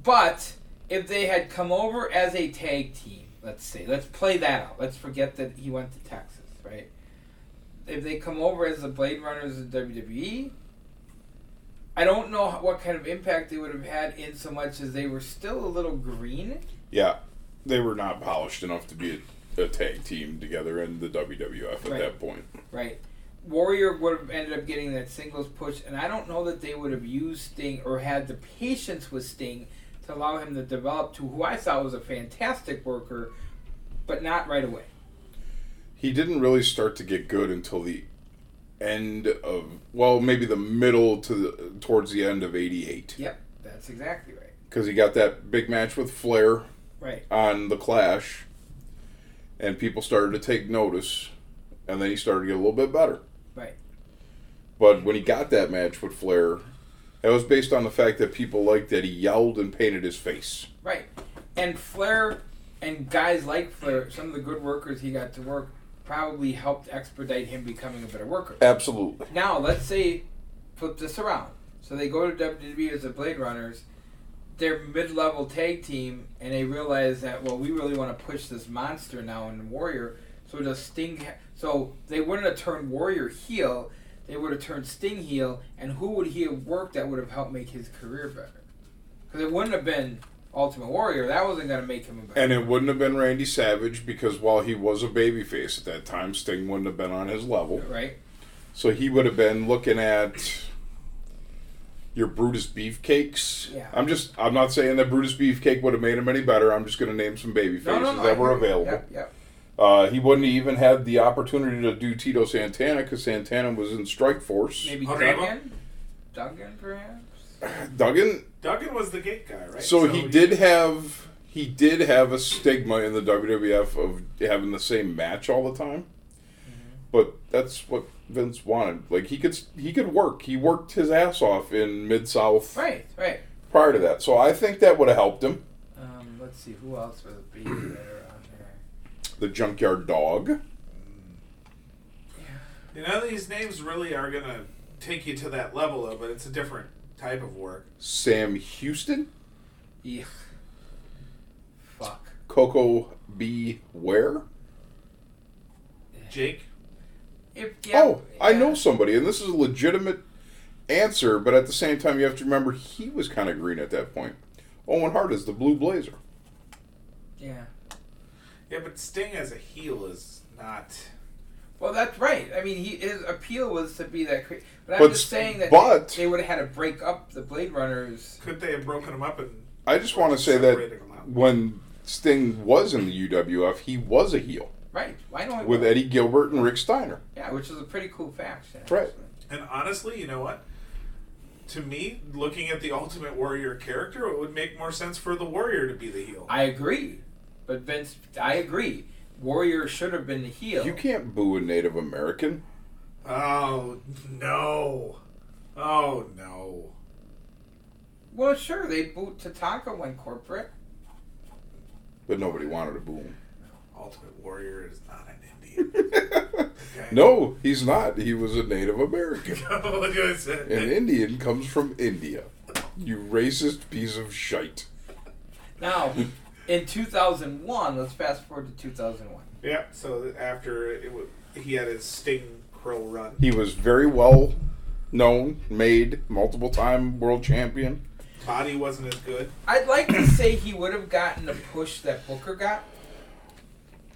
A: but if they had come over as a tag team, let's say, let's play that out. Let's forget that he went to Texas, right? If they come over as the Blade Runners in WWE, E, I don't know what kind of impact they would have had in so much as they were still a little green.
B: Yeah, they were not polished enough to be a, a tag team together in the WWF at
A: Right.
B: that point.
A: Right. Warrior would have ended up getting that singles push, and I don't know that they would have used Sting or had the patience with Sting to allow him to develop to who I thought was a fantastic worker, but not right away.
B: He didn't really start to get good until the end of well, maybe the middle to the, towards the end of '88.
A: Yep, that's exactly right.
B: because he got that big match with Flair
A: Right.
B: on the Clash, and people started to take notice, and then he started to get a little bit better.
A: Right.
B: But when he got that match with Flair, that was based on the fact that people liked that he yelled and painted his face.
A: Right. And Flair and guys like Flair, some of the good workers he got to work, probably helped expedite him becoming a better worker.
B: Absolutely.
A: Now, let's say, flip this around. So they go to WWE as the Blade Runners. They're mid-level tag team, and they realize that well, we really want to push this monster now in Warrior. So does Sting? Ha- so they wouldn't have turned Warrior heel. They would have turned Sting heel, and who would he have worked that would have helped make his career better? Because it wouldn't have been Ultimate Warrior. That wasn't going to make him a better.
B: And it wouldn't have been Randy Savage because while he was a babyface at that time, Sting wouldn't have been on his level.
A: right?
B: So he would have been looking at your Brutus Beefcakes.
A: Yeah.
B: I'm just I'm not saying that Brutus Beefcake would have made him any better. I'm just gonna name some baby faces
A: No, no, no. I
B: that were
A: agree.
B: available.
A: Yep, yep.
B: Uh, he wouldn't have even had the opportunity to do Tito Santana because Santana was in Strike Force.
A: Maybe
C: Okay.
A: Duggan. Duggan, perhaps.
B: Duggan
C: Duggan was the gate guy, right?
B: so, he did have he did have a stigma in the WWF of having the same match all the time.
A: Mm-hmm.
B: But that's what Vince wanted. Like he could he could work. He worked his ass off in Mid South
A: Right, right.
B: prior to that. So I think that would have helped him.
A: Um, let's see who else would be that are on there.
B: The Junkyard Dog.
C: You know, these names really are going to take you to that level, though, but it's a different type of work.
B: Sam Houston.
A: Eek. Fuck.
B: Coco B. Ware.
C: Jake?
A: If, yeah,
B: oh, I
A: yeah.
B: know somebody, and this is a legitimate answer, but at the same time you have to remember he was kind of green at that point. Owen Hart is the blue blazer.
A: Yeah.
C: Yeah, but Sting as a heel is not.
A: Well, that's right. I mean, he, his appeal was to be that. Cre- but I'm
B: But-
A: just saying that
B: but-
A: they, would have had to break up the Blade Runners.
C: Could they have broken him up and.
B: I just want to say that
C: separated him out?
B: when Sting was in the UWF, he was a heel
A: Right. Why don't
B: with
A: we?
B: Eddie Gilbert and Rick Steiner.
A: Yeah, which is a pretty cool faction.
B: Right.
A: actually.
C: And honestly, you know what? To me, looking at the Ultimate Warrior character, it would make more sense for the Warrior to be the heel.
A: I agree. But Vince, I agree. Warrior should have been the heel.
B: You can't boo a Native American.
C: Oh no! Oh no!
A: Well, sure, they boot Tatanka when corporate.
B: But nobody wanted to boo him.
C: Ultimate Warrior is not an Indian. Okay.
B: No, he's not. He was a Native American.
C: Look at this.
B: An Indian comes from India. You racist piece of shite.
A: Now, in 2001, let's fast forward to 2001.
C: Yeah. So after it, wa he had his Sting Crow run.
B: He was very well known, made multiple time world champion.
C: Body wasn't as good.
A: I'd like to say he would have gotten the push that Booker got.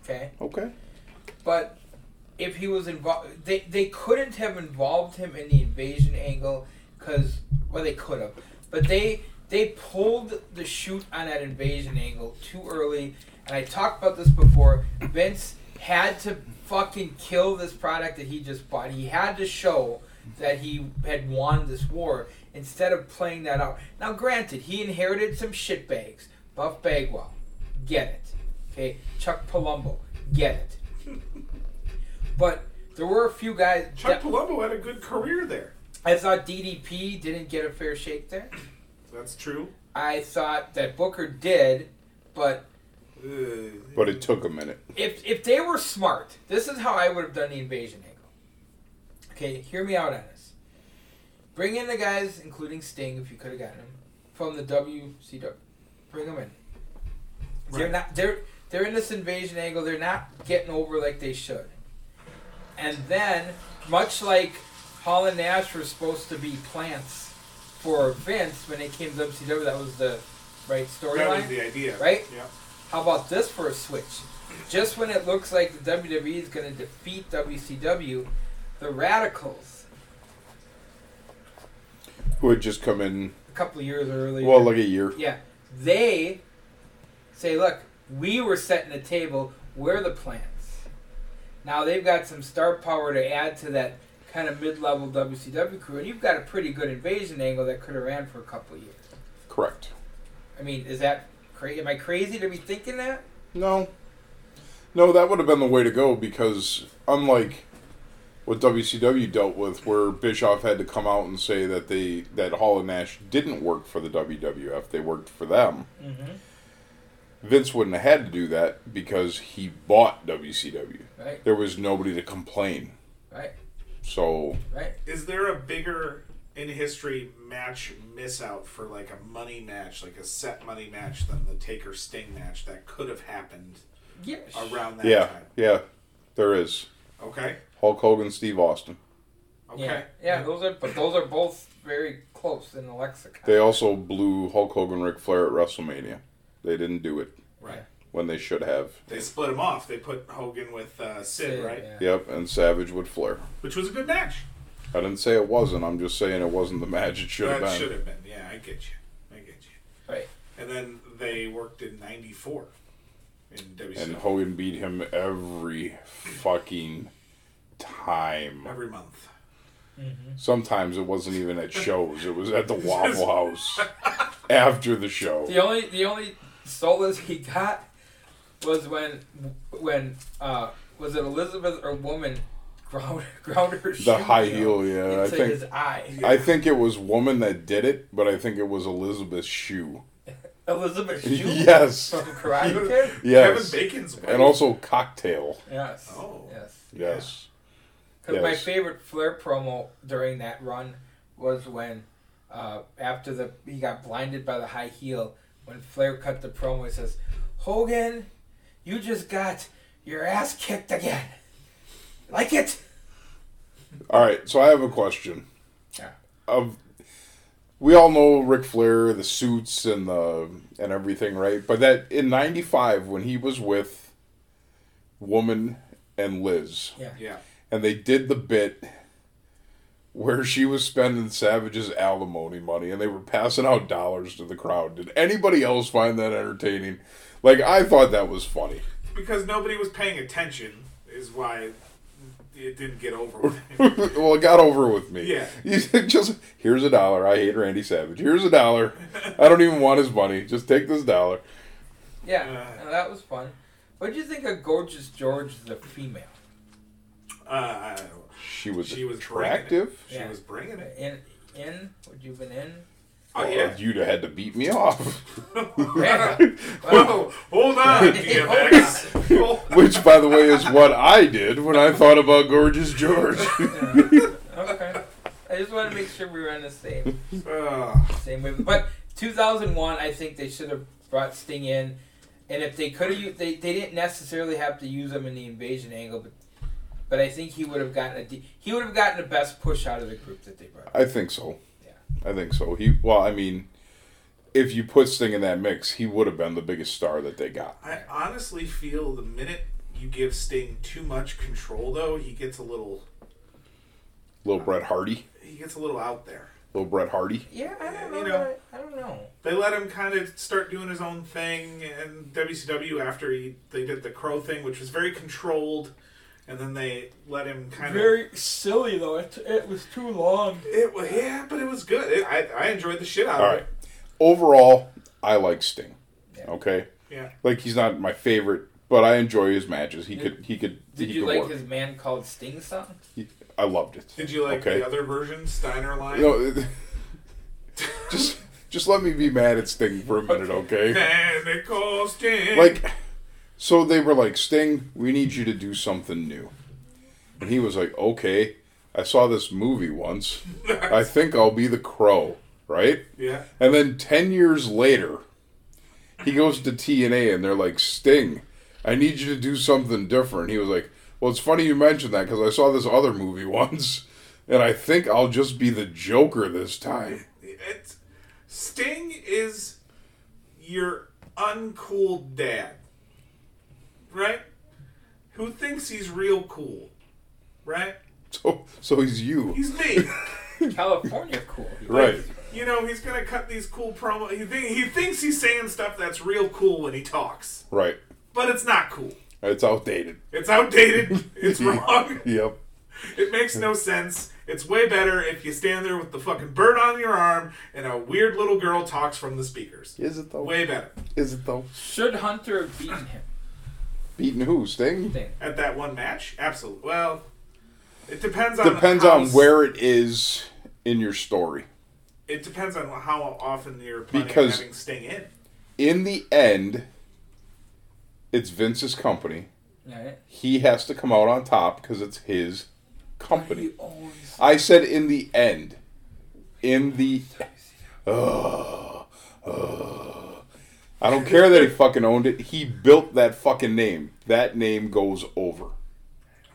A: Okay.
B: Okay.
A: But if he was involved, they, they couldn't have involved him in the invasion angle because, well, they could have. But they they pulled the shoot on that invasion angle too early. And I talked about this before. Vince had to fucking kill this product that he just bought. He had to show that he had won this war instead of playing that out. Now, granted, he inherited some shitbags. Buff Bagwell, get it. Okay, Chuck Palumbo, get it. But there were a few guys. that-
C: Chuck Palumbo had a good career there.
A: I thought DDP didn't get a fair shake there.
C: That's true.
A: I thought that Booker did, but
C: Uh, Ugh.
B: But it took a minute.
A: if if they were smart, this is how I would have done the invasion angle. Okay, hear me out on this. Bring in the guys, including Sting, if you could have gotten him from the WCW. Bring them in. They're
C: Right.
A: not. They're they're in this invasion angle. They're not getting over like they should. And then, much like Hall and Nash were supposed to be plants for Vince when they came to WCW, that was the right
C: that was
A: storyline.
C: the idea,
A: Right?
C: Yeah.
A: How about this for a switch? Just when it looks like the WWE is going to defeat WCW, the Radicals,
B: Who had just come in,
A: a couple of years earlier,
B: well, like a year.
A: yeah, they say, look, we were setting the table, we're the plants. Now they've got some star power to add to that kind of mid level WCW crew, and you've got a pretty good invasion angle that could have ran for a couple of years.
B: Correct.
A: I mean, is that crazy? Am I crazy to be thinking that?
B: No. No, that would have been the way to go because unlike what WCW dealt with where Bischoff had to come out and say that they that Hall and Nash didn't work for the WWF, they worked for them. Vince wouldn't have had to do that because he bought WCW.
A: Right,
B: There was nobody to complain.
A: right,
B: So
A: right.
C: Is there a bigger in history match miss out for like a money match, like a set money match, than the Taker Sting match that could have happened
A: Yeah,
C: around that
B: yeah,
C: time?
B: yeah, there is.
C: Okay.
B: Hulk Hogan, Steve Austin.
C: Okay.
A: Yeah, yeah, those are but those are both very close in the lexicon.
B: They also blew Hulk Hogan Ric Flair at WrestleMania. They didn't do it
C: Right.
B: when they should have.
C: They split him off. They put Hogan with uh, Sid,
A: Yeah,
C: right?
A: yeah.
B: Yep, and Savage with Flair.
C: Which was a good match.
B: I didn't say it wasn't. I'm just saying it wasn't the match it should have
C: that
B: been.
C: should have been. Yeah, I get you. I get you.
A: Right.
C: And then they worked in '94 in WCW
B: And Hogan beat him every fucking time.
C: every month.
B: Sometimes it wasn't even at shows. It was at the Waffle House after the show.
A: The only the only solace he got was when when uh was it Elizabeth or woman ground ground her
B: The
A: shoe
B: high
A: heel
B: heel, yeah. I
A: into
B: think
A: his eye.
B: I think it was woman that did it, but I think it was Elizabeth's shoe.
A: Elizabeth shoe
B: Yes,
A: from Karate Kid.
B: yes,
C: Kevin Bacon's wife.
B: and also cocktail.
A: Yes.
C: Oh.
A: Yes.
B: Yes,
A: Because my
B: Yes.
A: favorite Flair promo during that run was when, uh, after the he got blinded by the high heel, when Flair cut the promo, he says, "Hogan, you just got your ass kicked again. Like it?
B: All right, so I have a question.
A: Yeah.
B: Of we all know Ric Flair, the suits and the and everything, right? But that in '95 when he was with Woman and Liz,
A: Yeah.
C: Yeah.
B: and they did the bit where she was spending Savage's alimony money, and they were passing out dollars to the crowd. Did anybody else find that entertaining? Like I thought that was funny.
C: because nobody was paying attention is why it didn't get over with.
B: well, it got over with me.
C: Yeah.
B: You just here's a dollar. I hate Randy Savage. Here's a dollar. I don't even want his money. Just take this dollar.
A: Yeah. and that was fun. What do you think of Gorgeous George the female?
C: Uh, I don't know.
B: She was
C: She was bringing it.
B: attractive.
C: She
A: Yeah.
C: was bringing it.
A: In in would you've been in?
C: Oh
B: Uh,
C: yeah.
B: You'd have had to beat me off.
A: Yeah.
C: Whoa, hold on, DMX. Hold-
B: Which, by the way, is what I did when I thought about Gorgeous George.
A: Okay. I just want to make sure we were on the same
C: Ugh.
A: same wave. But 2001, I think they should have brought Sting in, and if they could have, they they didn't necessarily have to use him in the invasion angle, but but I think he would have gotten a de- he would have gotten the best push out of the group that they brought.
B: I think so.
A: Yeah.
B: I think so. He well, I mean, if you put Sting in that mix, he would have been the biggest star that they got.
C: I honestly feel the minute you give Sting too much control, though, he gets a little
B: Little Bret Hardy.
C: he gets a little out there.
B: Little Bret Hardy.
A: Yeah, I don't know.
C: You know.
A: I, I don't know.
C: They let him kind of start doing his own thing, and WCW after he they did the Crow thing, which was very controlled, and then they let him kind of
A: silly though. It, it was too long.
C: It wa yeah, but it was good. It, I I enjoyed the shit out
B: All
C: of
B: right.
C: it.
B: Overall, I like Sting.
A: Yeah.
B: Okay.
C: Yeah.
B: Like he's not my favorite, but I enjoy his matches. He could he could
A: Did
B: he
A: you
B: could
A: like
B: work.
A: his man called Sting song?
B: He- I loved it.
C: Did you like
B: Okay.
C: the other version, Steiner line?
B: No, it- just just let me be mad at Sting for a minute, okay?
C: And it calls Sting.
B: Like, so they were like, Sting, we need you to do something new, and he was like, okay. I saw this movie once. I think I'll be the crow, right?
C: yeah,
B: And then 10 years later, he goes to TNA and they're like, Sting, I need you to do something different. He was like, Well, it's funny you mentioned that because I saw this other movie once and I think I'll just be the Joker this time.
C: it's Sting is your uncool dad, right? Who thinks he's real cool, right?
B: So, so he's you.
C: He's me.
A: California cool.
B: Right.
C: you know he's gonna cut these cool promo. He, think, he thinks he's saying stuff that's real cool when he talks,
B: Right.
C: but it's not cool.
B: It's outdated.
C: It's outdated. It's wrong.
B: Yep.
C: It makes no sense. It's way better if you stand there with the fucking bird on your arm and a weird little girl talks from the speakers.
B: Is it though?
C: Way better.
B: Is it though?
A: Should Hunter have beaten him?
B: Beating who? Sting?
A: Sting.
C: At that one match? Absolutely. Well, it depends on
B: Depends
C: how
B: on
C: s-
B: where it is in your story.
C: It depends on how often you're planning on
B: Because-
C: having Sting in.
B: In the end, it's Vince's company.
A: All right.
B: he has to come out on top because it's his company.
A: He owns
B: I said in the end, in the. Ugh, ugh. uh. I don't care that he fucking owned it. He built that fucking name. That name goes over.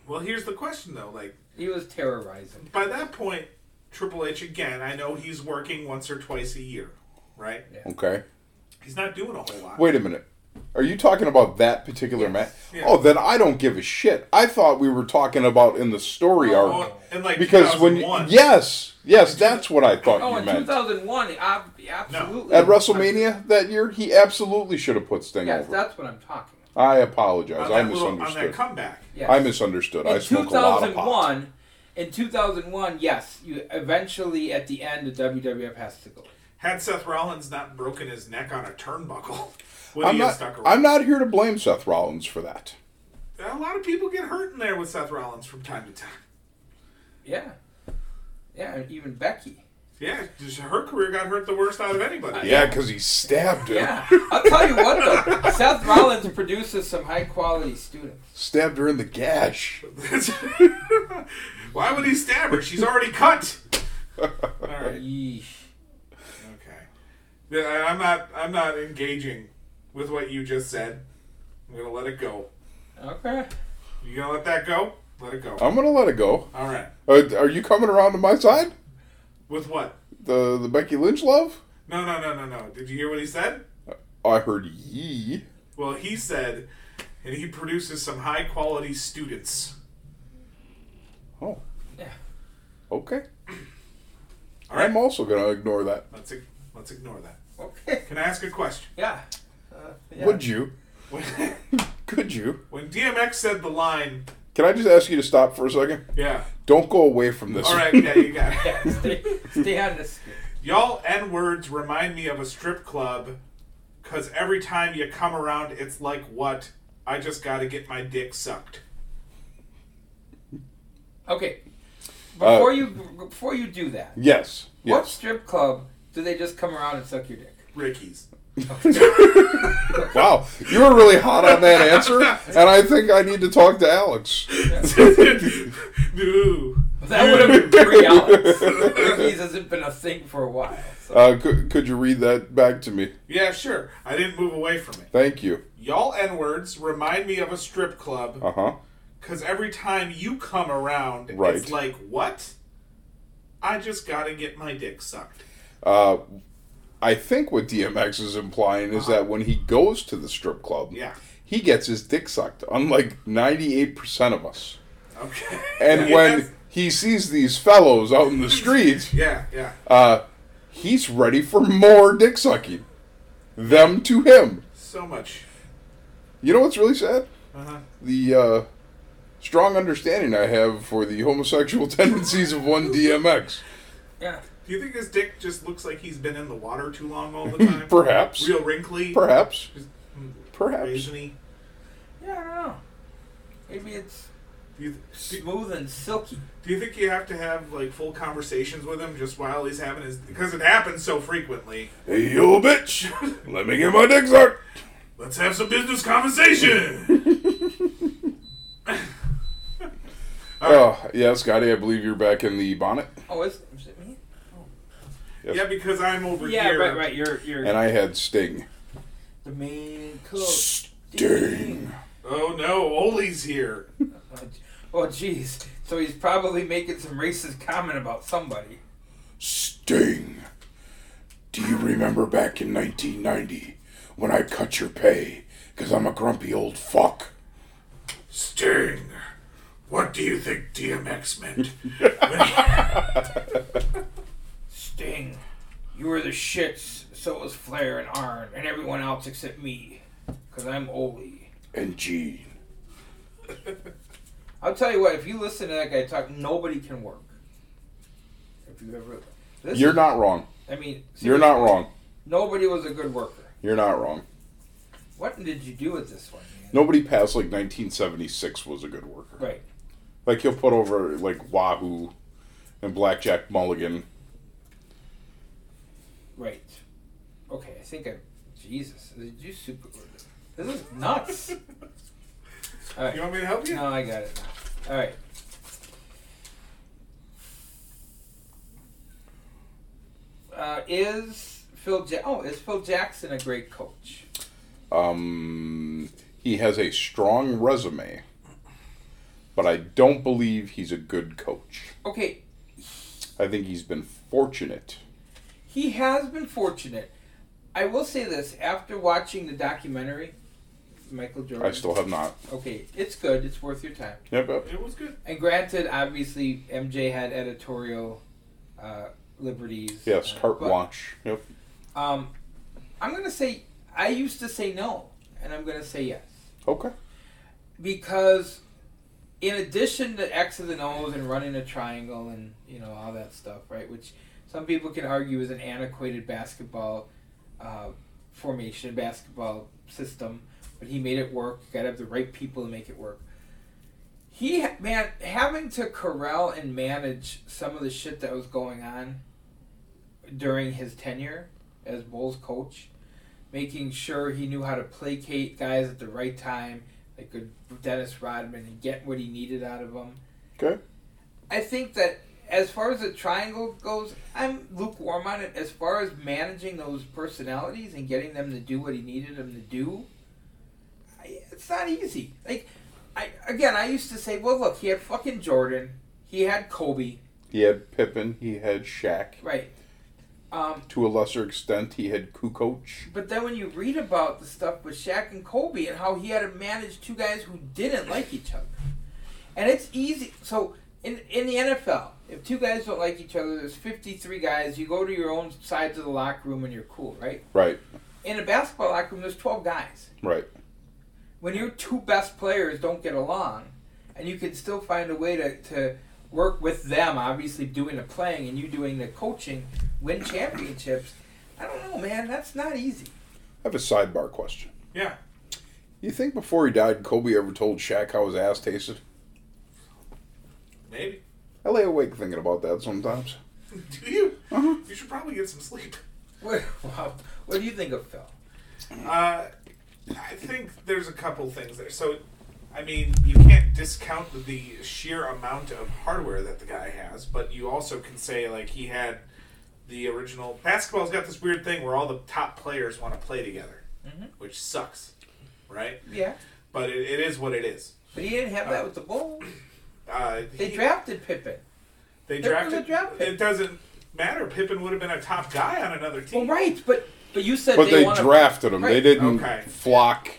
C: Well, here's the question though. Like
A: He was terrorizing.
C: by that point, Triple H again. I know he's working once or twice a year, right?
B: Okay.
C: He's not doing a whole lot.
B: Wait a minute. Are you talking about that particular match?
C: Yeah.
B: Oh, then I don't give a shit. I thought we were talking about in the story arc.
C: Oh, and like
B: Because when you,
C: yeah,
B: yes, yes, that's what I thought
A: Oh,
B: you
A: in
B: meant.
A: 2001, ab- absolutely.
B: At WrestleMania that year, he absolutely should have put Sting
A: Yes,
B: over.
A: that's what I'm talking about.
B: I apologize. I
C: on that
B: misunderstood.
C: comeback.
A: Yes.
B: I misunderstood. I
A: In
B: smoke a lot of pot.
A: 2001, in 2001, yes, you eventually at the end the WWF has to go.
C: Had Seth Rollins not broken his neck on a turnbuckle, would
B: I'm
C: he have
B: not,
C: stuck around?
B: I'm not here to blame Seth Rollins for that.
C: A lot of people get hurt in there with Seth Rollins from time to time.
A: Yeah, yeah, and even Becky.
C: Yeah, just her career got hurt the worst out of anybody.
B: Yeah, because he stabbed her.
A: Yeah, I'll tell you what though, Seth Rollins produces some high quality students.
B: Stabbed her in the gash.
C: Why would he stab her? She's already cut. All right.
A: Yeesh.
C: Okay. Yeah, I- I'm not. I'm not engaging with what you just said. I'm gonna let it go.
A: Okay.
C: You gonna let that go? Let it go.
B: I'm gonna let it go.
C: All right.
B: Uh, are you coming around to my side?
C: With what?
B: The the Becky Lynch love?
C: No, no, no, no, no. Did you hear what he said?
B: I heard ye.
C: Well, he said, and he produces some high quality students.
B: Oh,
A: Yeah.
B: okay.
C: All right.
B: I'm also gonna ignore that.
C: Let's ig- let's ignore that.
A: Okay.
C: Can I ask a question?
A: Yeah. Uh, yeah.
B: Would you?
C: When,
B: Could you?
C: when DMX said the line,
B: Can I just ask you to stop for a second?
C: yeah.
B: Don't go away from this.
C: All right, yeah, you got it.
A: stay, stay on this.
C: Y'all N words remind me of a strip club, cause every time you come around, it's like what I just got to get my dick sucked.
A: Okay. Before you before you do that,
B: Yes.
A: what
B: Uh, Yes.
A: strip club do they just come around and suck your dick?
C: Ricky's.
B: Wow. You were really hot on that answer, and I think I need to talk to Alex.
C: Ooh.
A: That would have been pretty Alex. Ricky's hasn't been a thing for a while. So.
B: Uh, could, could you read that back to me?
C: Yeah, sure. I didn't move away from it.
B: Thank you.
C: Y'all N words remind me of a strip club
B: Uh huh.
C: because every time you come around,
B: Right.
C: it's like, what? I just got to get my dick sucked.
B: Uh, I think what DMX is implying is that when he goes to the strip club,
C: Yeah.
B: he gets his dick sucked, unlike 98% of us.
C: Okay.
B: And
C: Yeah,
B: when
C: that's-
B: he sees these fellows out in the streets,
C: Yeah, yeah.
B: uh, he's ready for more dick sucking. Them to him.
C: so much.
B: You know what's really sad?
C: Uh-huh.
B: The uh, strong understanding I have for the homosexual tendencies of one DMX.
A: Yeah.
C: Do you think his dick just looks like he's been in the water too long all the time?
B: Perhaps.
C: Real wrinkly? Hmm.
B: Perhaps.
C: Just-
B: Perhaps.
C: raisiny?
A: Yeah, I don't know. Maybe it's
C: Do you, th- do,
A: smooth and silky.
C: do you think you have to have like full conversations with him just while he's having his because it happens so frequently?
B: Hey, you bitch! Let me get my dick sucked!
C: Let's have some business conversation.
B: Oh, yeah, Scotty, I believe you're back in the bonnet.
A: Oh, is, is it me?
B: Yes.
C: yeah, because I'm over
A: Yeah,
C: here.
A: right, right. You're you're
B: And I had Sting.
A: the main cook.
B: Sting.
C: Oh no, Oli's here.
A: Oh, jeez. So he's probably making some racist comment about somebody.
B: Sting. Do you remember back in 1990 when I cut your pay? Because I'm a grumpy old fuck.
C: Sting. What do you think DMX meant?
A: Sting, you were the shits. So was Flair and Arn and everyone else except me, because I'm Oli.
B: And Gene.
A: I'll tell you what. If you listen to that guy talk, nobody can work. If you ever, this
B: You're not wrong.
A: I mean,
B: You're
A: seriously,
B: not wrong.
A: Nobody was a good worker.
B: You're not wrong.
A: What did you do with this one? Man?
B: Nobody past like 1976 was a good worker.
A: Right.
B: Like he'll put over like Wahoo and Blackjack Mulligan.
A: Right. Okay, I think I. Jesus, did you super glue this? This is nuts. All
C: You
A: right.
C: want me to help you?
A: No, I got it. All right. Uh, is Phil? Ja- oh, is Phil Jackson a great coach?
B: Um, he has a strong resume, but I don't believe he's a good coach.
A: Okay,
B: I think he's been fortunate.
A: he has been fortunate. I will say this: after watching the documentary, Michael Jordan.
B: I still have not.
A: Okay, it's good. It's worth your time.
B: Yep, yep.
C: It was good.
A: And granted, obviously, MJ had editorial uh, liberties.
B: Yes,
A: Uh,
B: carte
A: but,
B: blanche. Yep.
A: Um, I'm going to say, I used to say no, and I'm going to say yes.
B: Okay.
A: Because in addition to X's and O's and running a triangle and, you know, all that stuff, right, which some people can argue is an antiquated basketball uh, formation, basketball system, but he made it work. Got to have the right people to make it work. He man having to corral and manage some of the shit that was going on during his tenure as Bulls coach, making sure he knew how to placate guys at the right time, like good Dennis Rodman, and get what he needed out of them.
B: Okay.
A: I think that as far as the triangle goes, I'm lukewarm on it. As far as managing those personalities and getting them to do what he needed them to do, I, it's not easy. Like, I again, I used to say, well, look, he had fucking Jordan, he had Kobe,
B: He had Pippen. He had Shaq.
A: right? Um,
B: To a lesser extent, he had Kukoc.
A: but then when you read about the stuff with Shaq and Kobe and how he had to manage two guys who didn't like each other, and it's easy. So in in the NFL, if two guys don't like each other, there's 53 guys. You go to your own sides of the locker room and you're cool, right?
B: Right.
A: In a basketball locker room, there's 12 guys.
B: Right.
A: When your two best players don't get along, and you can still find a way to, to work with them, obviously doing the playing and you doing the coaching, win championships. I don't know, man. That's not easy.
B: I have a sidebar question.
C: Yeah.
B: You think before he died, Kobe ever told Shaq how his ass tasted?
C: Maybe.
B: I lay awake thinking about that sometimes.
C: Do you?
A: Uh-huh.
C: You should probably get some sleep.
A: What, wow. what do you think of Phil?
C: Uh, I think there's a couple things there. So, I mean, you can't discount the sheer amount of hardware that the guy has, but you also can say like he had the original basketball's got this weird thing where all the top players want to play together,
A: Mm-hmm.
C: which sucks, right?
A: Yeah.
C: But it, it is what it is.
A: But he didn't have that with the Bulls.
C: Uh,
A: They
C: he-
A: drafted Pippen.
C: They
A: There was
C: drafted.
A: a draft pick.
C: It doesn't matter. Pippen would have been a top guy on another
A: Well,
C: team.
A: right, but but you said
B: But they,
A: wanna-
B: drafted him. They
A: Right.
B: didn't
C: Okay.
B: flock.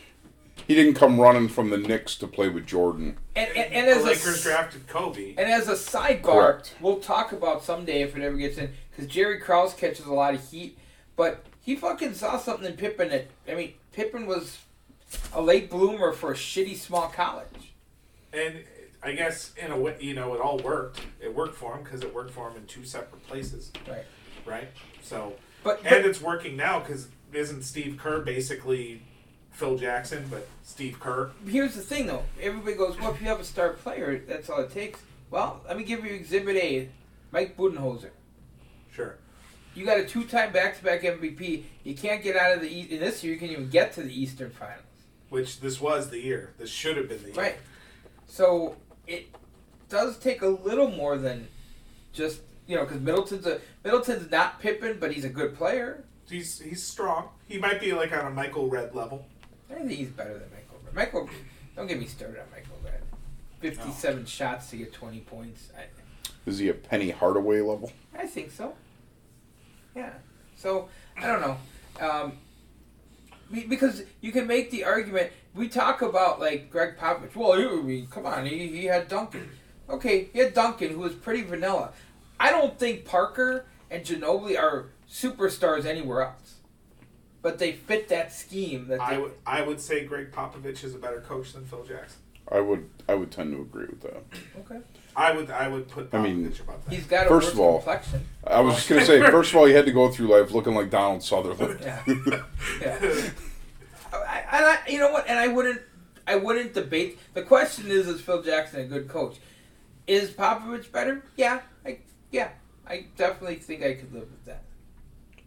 B: He didn't come running from the Knicks to play with Jordan.
A: And, and, and
C: the
A: as a
C: Lakers
A: s-
C: drafted Kobe.
A: And as a sidebar,
B: Correct.
A: we'll talk about someday if it ever gets in, because Jerry Krause catches a lot of heat, but he fucking saw something in Pippen that I mean, Pippen was a late bloomer for a shitty small college.
C: And I guess in a way, you know, it all worked. It worked for him because it worked for him in two separate places,
A: Right.
C: right? So,
A: But- but-
C: and it's working now because isn't Steve Kerr basically Phil Jackson, but Steve Kerr?
A: Here's the thing, though. Everybody goes, "Well, if you have a star player, that's all it takes." Well, let me give you Exhibit A, Mike Budenholzer.
C: Sure.
A: You got a two-time back-to-back MVP. You can't get out of the East. In this year, you can't even get to the Eastern Finals.
C: Which this was the year. This should have been the year.
A: Right. So it does take a little more than just you know because Middleton's a Middleton's not Pippen, but he's a good player.
C: He's he's strong. He might be like on a Michael Red level.
A: I think he's better than Michael. Red. Michael, don't get me started on Michael Red. Fifty-seven shots to get twenty points. I,
B: Is he a Penny Hardaway level?
A: I think so. Yeah. So I don't know. Um, be- because you can make the argument. We talk about like Greg Popovich. Well, he- I mean, come on, he, he had Duncan. Okay, he had Duncan, who was pretty vanilla. I don't think Parker and Ginobili are superstars anywhere else, but they fit that scheme. That
C: I
A: they,
C: would I would say Greg Popovich is a better coach than Phil Jackson.
B: I would I would tend to agree with that.
A: okay.
C: I would I would put Popovich
B: I mean,
C: about that.
A: He's got a
B: First
A: worse
B: of all-
A: complexion.
B: I was just gonna say, first of all, he had to go through life looking like Donald Sutherland.
A: Yeah. yeah. I, I, I- you know what? And I wouldn't, I wouldn't debate. The question is, is Phil Jackson a good coach? Is Popovich better? Yeah, I, yeah, I definitely think I could live with that.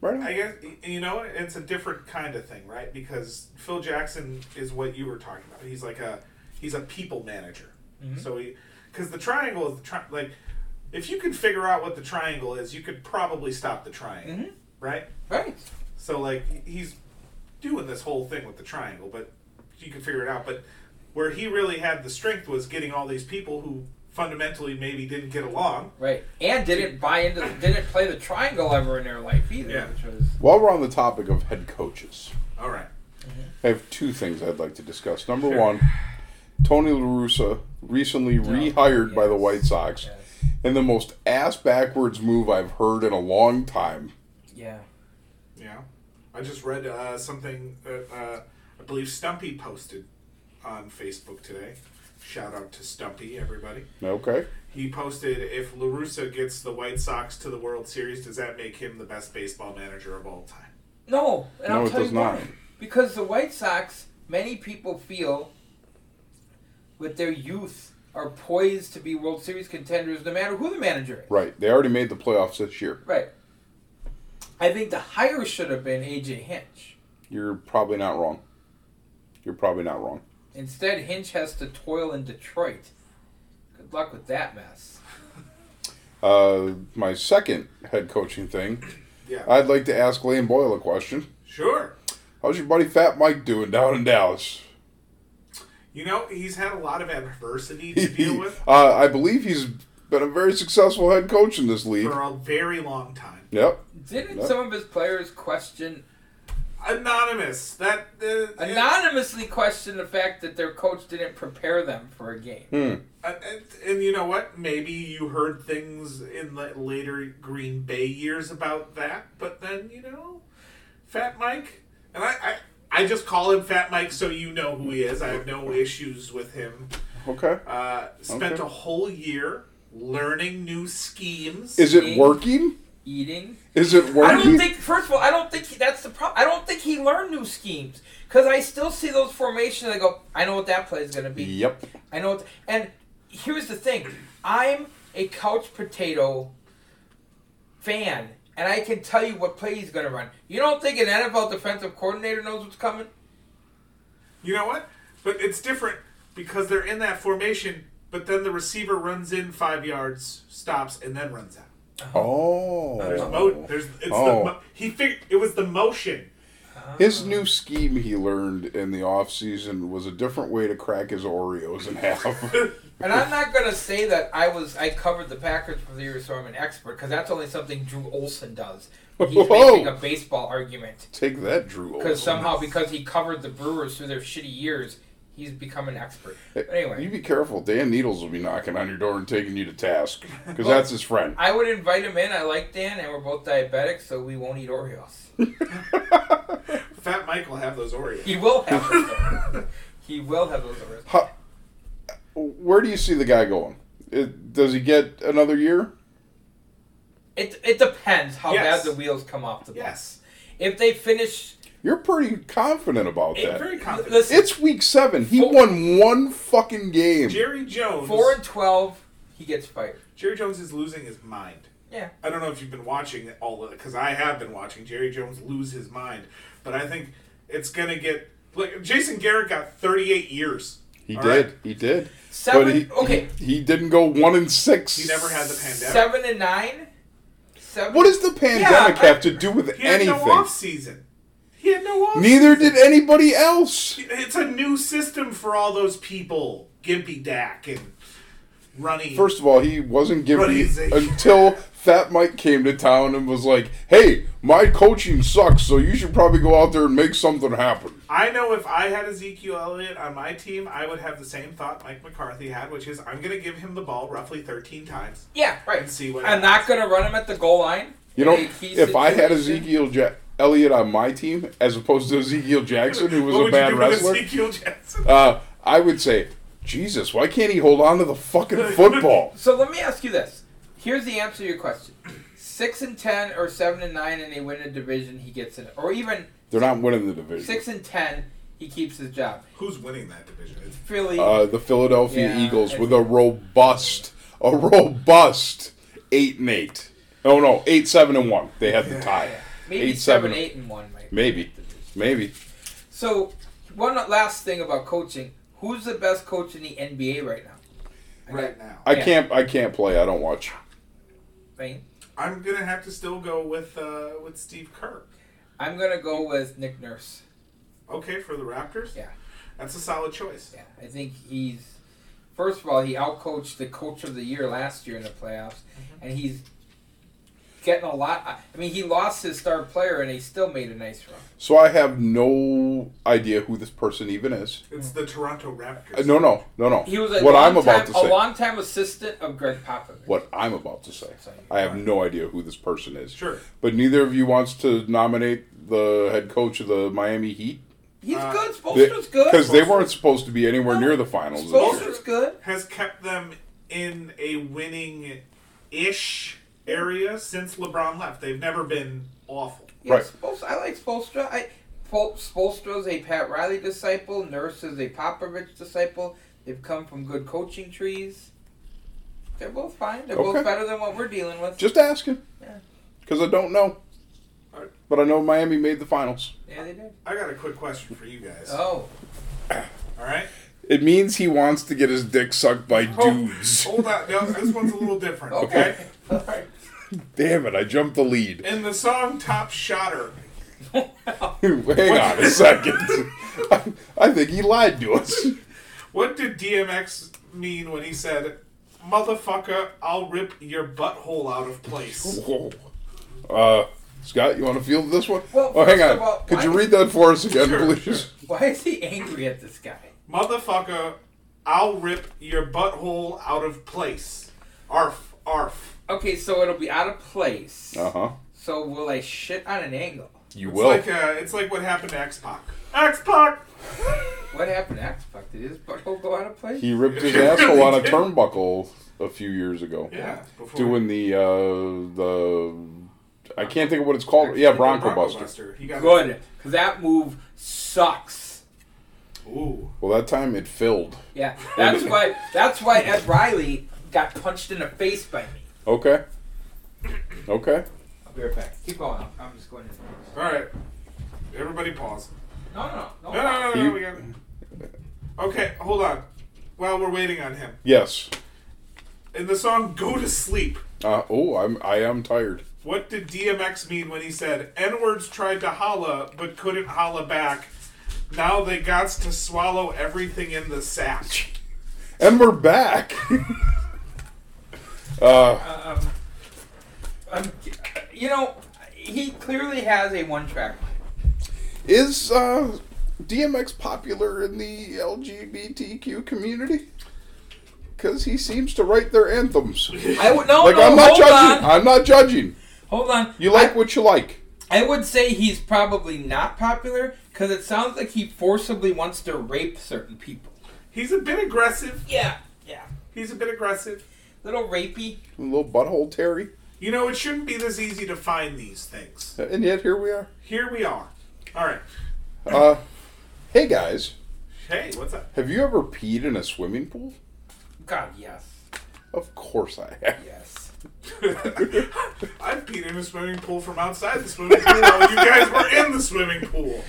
B: Right?
C: I
B: on.
C: guess y- you know what? it's a different kind of thing, right? Because Phil Jackson is what you were talking about. He's like a he's a people manager. So he because the triangle is the tri- like if you could figure out what the triangle is, you could probably stop the triangle, right?
A: Right.
C: So like he- he's doing this whole thing with the triangle, but you can figure it out. But where he really had the strength was getting all these people who fundamentally maybe didn't get along.
A: Right. And didn't buy into, the, didn't play the triangle ever in their life either,
C: Yeah.
A: which was
B: While we're on the topic of head coaches,
C: All right.
B: I have two things I'd like to discuss. Number one, Tony La Russa recently rehired by the
A: yes.
B: White Sox,
A: Yes.
B: and the most ass backwards move I've heard in a long time.
A: yeah.
C: Yeah. I just read uh, something that uh, I believe Stumpy posted on Facebook today. Shout out to Stumpy, everybody.
B: Okay.
C: He posted if LaRussa gets the White Sox to the World Series, does that make him the best baseball manager of all time?
A: No, and
B: No,
A: I'll
B: it
A: tell
B: does
A: you why.
B: not.
A: Because the White Sox, many people feel with their youth are poised to be World Series contenders no matter who the manager is.
B: Right. They already made the playoffs this year.
A: Right. I think the hire should have been AJ Hinch.
B: You're probably not wrong. You're probably not wrong.
A: Instead, Hinch has to toil in Detroit. Good luck with that mess.
B: Uh, my second head coaching thing,
C: Yeah.
B: I'd like to ask Lane Boyle a question.
C: sure.
B: How's your buddy Fat Mike doing down in Dallas?
C: You know, he's had a lot of adversity to deal
B: uh,
C: with
B: I believe he's been a very successful head coach in this league.
C: for a very long time.
B: Yep.
A: Didn't
B: Yep.
A: some of his players question,
C: Anonymous. That uh,
A: anonymously question the fact that their coach didn't prepare them for a game?
C: Uh, And, and- and you know what? Maybe you heard things in the later Green Bay years about that, but then you know, Fat Mike, and I, I, I just call him Fat Mike so you know who he is. I have no issues with him.
B: Okay.
C: Uh, spent
B: Okay.
C: a whole year learning new schemes.
B: Is it
A: Eating.
B: working?
A: Eating?
B: Is it
A: I don't
B: working?
A: think, first of all, I don't think he, that's the problem. I don't think he learned new schemes. Because I still see those formations. I go, I know what that play is going to be.
B: Yep.
A: I know. What and here's the thing: I'm a couch potato fan, and I can tell you what play he's going to run. You don't think an NFL defensive coordinator knows what's coming?
C: You know what? But it's different because they're in that formation, but then the receiver runs in five yards, stops, and then runs out.
B: Oh.
C: There's mo. There's it's
B: Oh.
C: the mo- he figured it was the motion.
B: His new scheme he learned in the off season was a different way to crack his Oreos in half.
A: And I'm not going to say that I was I covered the Packers for the year, so I'm an expert because that's only something Drew Olson does. When he's
B: Whoa.
A: making a baseball argument.
B: Take that, Drew.
A: Because
B: Olsen.
A: somehow, because he covered the Brewers through their shitty years, he's become an expert. But
B: Eh, You
A: anyway,
B: be careful. Dan Needles will be knocking on your door and taking you to task because that's his friend.
A: I would invite him in. I like Dan, and we're both diabetic, so we won't eat Oreos.
C: Fat Mike will have those Oreos.
A: He will have those. Oreos. he will have those Oreos.
B: How, where do you see the guy going? It, does he get another year?
A: It it depends how
C: Yes.
A: bad the wheels come off the bus.
C: Yes,
A: If they finish,
B: You're pretty confident about
C: I'm
B: that.
C: very confident.
A: listen,
B: it's week seven. He
A: Four-
B: won one fucking game.
C: Jerry Jones.
A: four and twelve, he gets fired.
C: Jerry Jones is losing his mind.
A: Yeah.
C: I don't know if you've been watching all of it because I have been watching Jerry Jones lose his mind, but I think it's gonna get. Look, Jason Garrett got 38 years.
B: He
C: all
B: did.
C: right?
B: He did.
A: Seven-
B: but he,
A: okay.
B: He, he didn't go one and six.
C: He never had the pandemic.
A: Seven and nine. Seven.
B: What does the pandemic
A: I-
B: have to do with
C: He had
B: anything?
C: no off season. He had no off.
B: Neither did anybody else.
C: It's a new system for all those people. Gimpy Dak and running.
B: First of all, he wasn't
C: What
B: giving
C: do you think?
B: until Fat Mike came to town and was like, "Hey, my coaching sucks, so you should probably go out there and make something happen."
C: I know if I had Ezekiel Elliott on my team, I would have the same thought Mike McCarthy had, which is I'm going to give him the ball roughly 13 times.
A: Yeah, right.
C: And see what
A: I'm not going to run him at the goal line.
B: You know,
A: He- he's
B: if I had
A: situation.
B: Ezekiel ja- Elliott on my team as opposed to Ezekiel Jackson, who was
C: what
B: a
C: would
B: bad
C: you do
B: wrestler,
C: With Ezekiel Jackson?
B: uh, I would say, "Jesus, why can't he hold on to the fucking football?"
A: So let me ask you this. Here's the answer to your question. Six and ten or seven and nine and they win a division, he gets it. Or even
B: They're not winning the division.
A: six and ten, he keeps his job.
C: Who's winning that division? It's
A: Philly
B: uh, the Philadelphia
A: Yeah,
B: Eagles
A: it's-
B: with a robust, a robust eight and eight. Oh no, eight seven and one. They had the tie.
A: maybe
B: eight,
A: seven,
B: seven.
A: eight and one might be.
B: Maybe, maybe.
A: So one last thing about coaching. Who's the best coach in the NBA right now? I got-
C: right now.
B: I
A: Yeah.
B: can't. I can't play. I don't watch.
A: Wayne?
C: I'm going to have to still go with uh, with Steve Kerr.
A: I'm gonna go with Nick Nurse.
C: Okay, for the Raptors?
A: Yeah.
C: That's a solid choice.
A: Yeah, I think he's first of all he outcoached the coach of the year last year in the playoffs,
C: Mm-hmm.
A: and he's getting a lot. I- I mean, he lost his star player, and he still made a nice run.
B: So I have no idea who this person even is.
C: It's the Toronto Raptors.
B: Uh, No, no, no, no.
A: He was a
B: what
A: long
B: I'm
A: time,
B: about to
A: a
B: say.
A: longtime assistant of Greg Popovich.
B: what I'm about to say.
A: Sorry.
B: I have no idea who this person is.
C: Sure.
B: But neither of you wants to nominate the head coach of the Miami Heat
A: He's
C: Uh,
A: good. Spoelstra's good.
B: because they weren't supposed to be anywhere near the finals. this year.
A: Spoelstra's good.
C: Has kept them in a winning ish area since LeBron left. They've never been awful.
A: Yeah,
B: Right.
A: Spoelstra, I like Spolstra. I Pol- Spoelstra's a Pat Riley disciple. Nurse is a Popovich disciple. They've come from good coaching trees. They're both fine. They're
B: Okay.
A: both better than what we're dealing with.
B: Just asking.
A: Yeah.
B: Because I don't know.
C: Alright.
B: But I know Miami made the finals.
A: yeah, they did.
C: I got a quick question for you guys.
A: Oh.
C: All right.
B: It means he wants to get his dick sucked by
C: Oh.
B: dudes.
C: Hold on. No, this one's a little different.
A: Okay.
C: Okay.
A: Alright.
B: Damn it, I jumped the lead.
C: In the song Top Shotter,
B: Hang on a second. I, I think he lied to us.
C: what did DMX mean when he said, Motherfucker, I'll rip your butthole out of place?
B: Uh, Scott, you want to field this one?
A: Well,
B: oh, hang
A: first
B: on.
A: of all,
B: Could you
A: why-
B: read that for us again, please?
A: Why is he angry at this guy?
C: Motherfucker, I'll rip your butthole out of place. Arf, arf.
A: Okay, so it'll be out of place.
B: Uh huh.
A: So will I shit on an angle?
B: You
C: It's
B: will.
C: like uh, it's like what happened to X Pac. X Pac.
A: What happened to X Pac? Did his butthole go out of place?
B: he ripped his asshole on a turnbuckle a few years ago.
C: Yeah. Before
B: Doing the, uh, the. I can't think of what it's called. Yeah, Bronco Buster.
C: He got
A: Good, because that move sucks.
C: Ooh.
B: Well, that time it filled.
A: Yeah, that's why. That's why Ed Riley got punched in the face by me.
B: Okay. Okay.
A: I'll be right back. Keep going. I'm just going to.
C: All right. Everybody pause.
A: No, no, no,
C: No, no, no, no.
B: You-
C: we got... Okay, hold on. While we're waiting on him.
B: Yes.
C: In the song Go to Sleep,
B: Uh, oh, I'm I am tired.
C: what did DMX mean when he said, N words tried to holla but couldn't holla back? Now they gots to swallow everything in the sack.
B: And we're back. uh,
A: Um, I'm, uh, you know, he clearly has a one-track mind.
B: is uh, DMX popular in the LGBTQ community? Because he seems to write their anthems.
A: I would no,
B: like
A: no.
B: I'm not
A: Oh, hold on,
B: judging. I'm not judging.
A: hold on.
B: You like what you like.
A: I would say he's probably not popular because it sounds like he forcibly wants to rape certain people.
C: He's a bit aggressive.
A: Yeah, yeah.
C: He's a bit aggressive.
A: Little rapey.
B: A little butthole Terry.
C: You know, it shouldn't be this easy to find these things.
B: And yet here we are.
C: Here we are. All right.
B: Uh, hey guys,
C: Hey, what's up?
B: have you ever peed in a swimming pool?
A: God, yes,
B: Of course I have.
A: yes.
C: I've peed in a swimming pool from outside the swimming pool while you guys were in the swimming pool.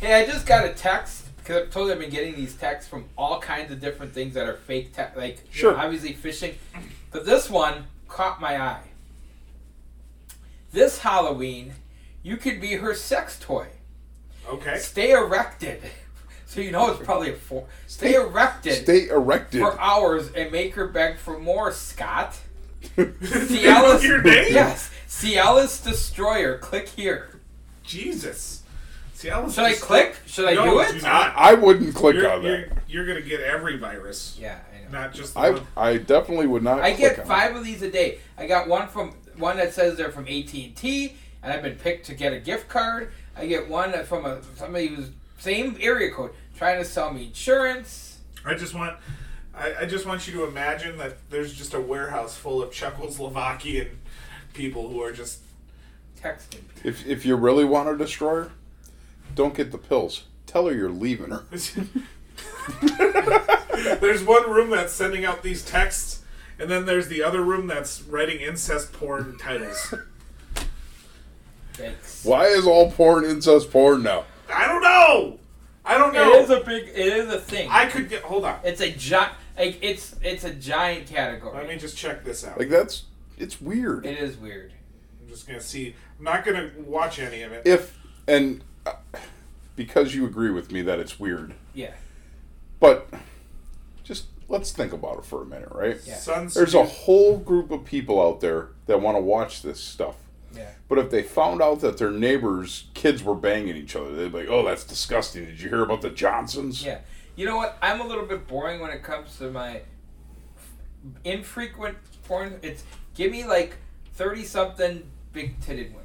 A: Hey, I just got a text because I've totally been getting these texts from all kinds of different things that are fake, te- like you
B: Sure.
A: know, obviously phishing. But this one caught my eye. This Halloween, you could be her sex toy.
C: Okay.
A: Stay erected. So you know it's probably a four. Stay, erected
B: Stay erected.
A: for hours and make her beg for more, Scott.
C: Is
A: Cialis,
C: that your name?
A: yes, Cialis Destroyer. Click here.
C: Jesus. See, I was
A: Should I
C: just-
A: click? Should I
C: No,
A: do it?
C: do not.
B: I, I wouldn't click
C: You're,
B: on
C: you're,
B: that.
C: you're gonna get every virus,
A: Yeah, I know.
C: not just the
B: I
C: one.
B: I definitely would not.
A: I
B: click
A: get
B: on
A: five of these a day. I got one from one that says they're from AT and T, and I've been picked to get a gift card. I get one from a somebody who's same area code trying to sell me insurance.
C: I just want. I, I just want you to imagine that there's just a warehouse full of Czechoslovakian people who are just.
A: Text me.
B: That. If if you really want to destroy her, don't get the pills. Tell her you're leaving her.
C: there's one room that's sending out these texts, and then there's the other room that's writing incest porn titles.
A: Thanks.
B: Why is all porn incest porn now?
C: I don't know. I don't know.
A: It is a big. It is a thing.
C: I could get. Hold on.
A: it's a giant. Like it's it's a giant category.
C: Let me just check this out.
B: Like that's it's weird.
A: it is weird.
C: I'm just gonna see. I'm not gonna watch any of it.
B: if and uh, because you agree with me that it's weird,
A: Yeah.
B: but just let's think about it for a minute, right?
A: Yeah.
C: Sun's
B: There's a whole group of people out there that want to watch this stuff.
A: Yeah.
B: But if they found out that their neighbors' kids were banging each other, they'd be like, "Oh, that's disgusting! Did you hear about the Johnsons?"
A: Yeah. You know what? I'm a little bit boring when it comes to my infrequent porn. It's give me like 30 something big titted women.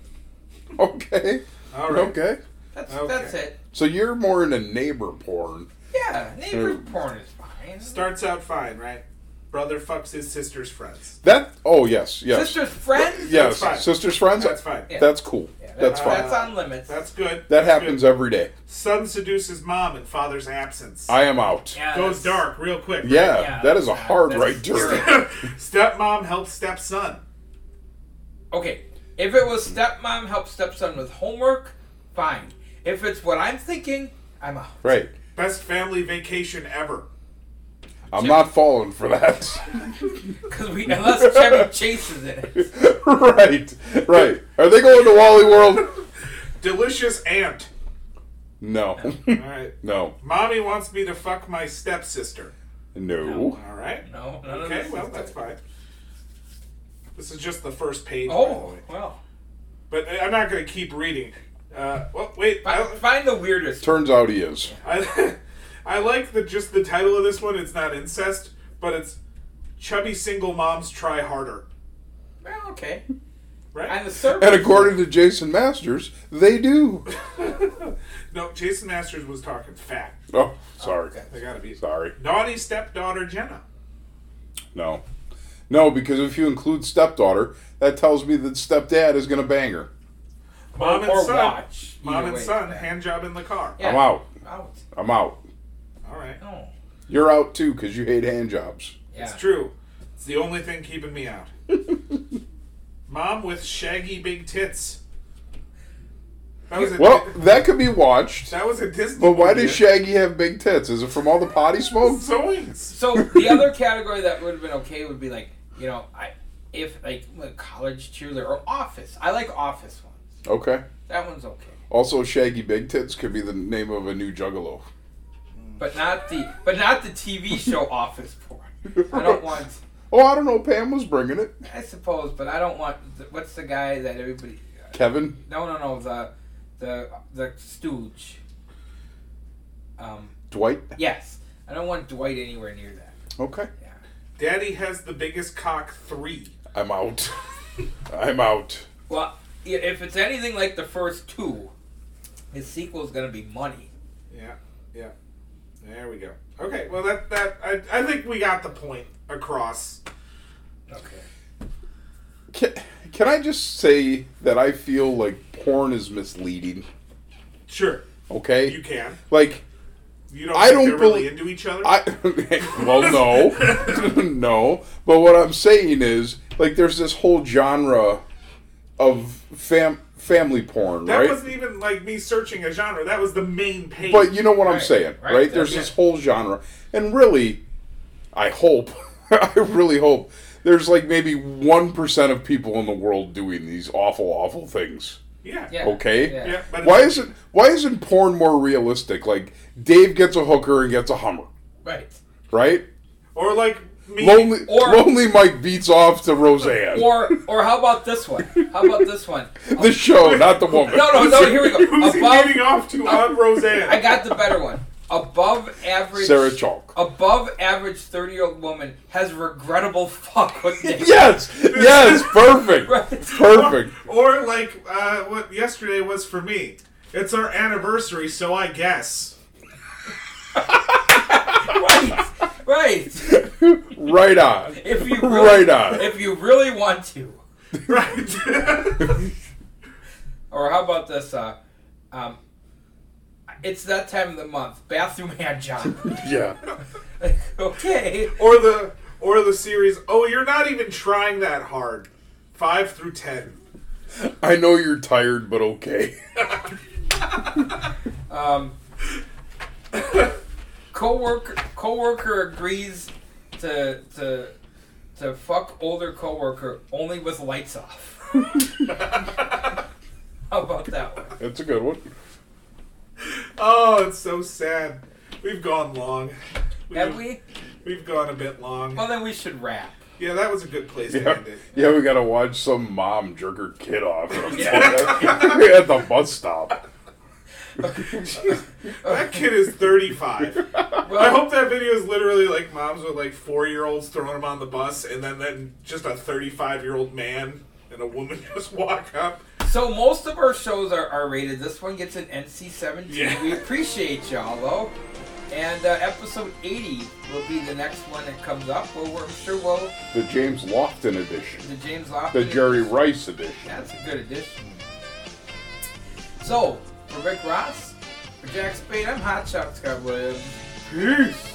B: Okay.
C: All right.
B: Okay.
A: That's
C: Okay.
A: that's it.
B: So you're more into neighbor porn.
A: Yeah, neighbor
B: Mm.
A: porn is fine.
C: starts out fine, right? Brother fucks his sister's friends.
B: That. Oh yes, yes.
A: Sisters, friends.
B: yes,
C: fine.
B: sisters, friends.
C: That's fine.
A: Yeah.
B: That's cool.
A: Yeah, that-
B: that's fine.
A: That's on limits.
C: That's good.
B: that
C: That's
B: happens
C: Good.
B: every day.
C: Son seduces mom in father's absence.
B: I am out.
A: yeah, that's-
C: Goes dark real quick.
B: Yeah,
A: Yeah,
B: that is a
A: that's-
B: hard
A: that's-
B: right turn.
C: Stepmom helps stepson.
A: Okay, if it was stepmom help stepson with homework, fine. If it's what I'm thinking, I'm out.
B: Right.
C: Best family vacation ever.
B: I'm not falling for that.
A: Because we unless Chevy Chase is in it.
B: right. Right. Are they going to Wally World?
C: Delicious aunt.
B: No.
C: All right.
B: no.
C: Mommy wants me to fuck my stepsister.
B: No.
C: All right.
A: No, none of
C: Okay.
A: this
C: Well,
A: is
C: that's
A: good.
C: fine. This is just the first page. by the
A: Oh
C: way.
A: well,
C: But I- I'm not going to keep reading. Uh, well, wait. I,
A: find, find the weirdest.
B: Turns out he is.
C: I, I like the just the title of this one. It's not incest, but it's chubby single moms try harder.
A: Well, okay.
C: Right?
A: And the surface.
B: And according to Jason Masters, they do.
C: no, Jason Masters was talking fat.
B: Oh, sorry.
C: They gotta be
B: Sorry.
C: naughty stepdaughter Jenna.
B: No. No, because if you include stepdaughter, that tells me that stepdad is going to bang her.
C: Mom
A: or
C: and son.
A: watch.
C: Mom
A: Either
C: and
A: way,
C: son
A: yeah.
C: hand job in the car.
A: Yeah.
B: I'm out.
A: Out.
B: I'm out.
C: All right.
A: No.
B: You're out too because you hate hand jobs.
A: Yeah.
C: It's true. It's the only thing keeping me out. Mom with shaggy big tits. That was a,
B: Well, that could be watched.
C: that was a Disney.
B: But why does
C: movie.
B: Shaggy have big tits? Is it from all the potty smoke?
C: Zoinks.
A: So the other category that would have been okay would be like, you know, I if like I'm a college cheerleader or office. I like office ones.
B: Okay.
A: That one's okay.
B: Also, Shaggy Big Tits could be the name of a new juggalo.
A: But not the but not the TV show office porn. I don't want
B: Oh, I don't know. Pam was bringing it.
A: I suppose, but I don't want the, what's the guy that everybody
B: Kevin.
A: No, no, no, the the the stooge. Um
B: Dwight.
A: yes. I don't want Dwight anywhere near that.
B: Okay.
A: Yeah.
C: Daddy has the biggest cock three.
B: I'm out. I'm out.
A: Well, i- if it's anything like the first two, his sequel's going to be money.
C: Yeah. Yeah. There we go. Okay. Well, that that I, I think we got the point across.
A: Okay.
B: Can, can I just say that I feel like porn is misleading?
C: Sure.
B: Okay.
C: You can.
B: Like
C: You don't.
B: I
C: think
B: don't
C: they're really
B: belie-
C: into each other.
B: I well no no but what I'm saying is like there's this whole genre of fam family porn
C: that
B: right
C: wasn't even like me searching a genre. That was the main page.
B: but you know what I'm
A: Right,
B: saying right,
A: right,
B: there's
A: that's
B: this
A: it.
B: whole genre and really I hope I really hope there's like maybe 1% of people in the world doing these awful awful things
C: yeah.
A: Yeah.
B: okay
A: Yeah.
C: Yeah, but
B: why
C: it's-
B: isn't why isn't porn more realistic like Dave gets a hooker and gets a hummer
A: Right.
B: right
C: Or like me.
B: Lonely,
A: Or-
B: Lonely Mike beats off to Roseanne.
A: Or or how about this one? How about this one?
B: the show, not the woman.
A: No, no, no, here we go.
C: Who's he
A: Above-
C: getting off to on Roseanne?
A: I got the better one. Above average
B: Sarah Chalk.
A: Above average 30-year-old woman has regrettable fuck with Nick.
B: Yes, yes, perfect,
A: Right.
B: perfect.
C: Or like uh, what yesterday was for me. It's our anniversary, so I guess.
A: Right. Right.
B: Right on.
A: If you really,
B: Right on.
A: If you really want to.
C: Right.
A: Or how about this uh um it's that time of the month. Bathroom hand job.
B: Yeah.
A: okay.
C: or the or the series. Oh, you're not even trying that hard. Five through ten.
B: I know you're tired, but okay.
A: Um, coworker coworker agrees to to to fuck older coworker only with lights off. How about that one?
B: That's a good one.
C: Oh, it's so sad. We've gone long.
A: Have we?
C: We've gone a bit long.
A: Well, then we should wrap.
C: Yeah, that was a good place to
B: Yeah,
C: end it.
B: yeah we gotta watch some mom jerk her kid off at the bus stop.
C: That kid is 35.
A: Well,
C: I hope that video is literally like moms with like four year olds throwing them on the bus, and then, then just a 35 year old man and a woman just walk up.
A: so. Most of our shows are R rated. This one gets an NC seventeen.
C: Yeah.
A: We appreciate y'all though. And uh, episode 80 will be the next one that comes up. Well, we're, I'm sure we'll
B: The James Lofton edition,
A: the James Lofton.
B: the Jerry Rice edition.
A: That's a good addition. So, for Rick Ross, for Jack Spade, I'm Hotshot Scott Williams. Peace!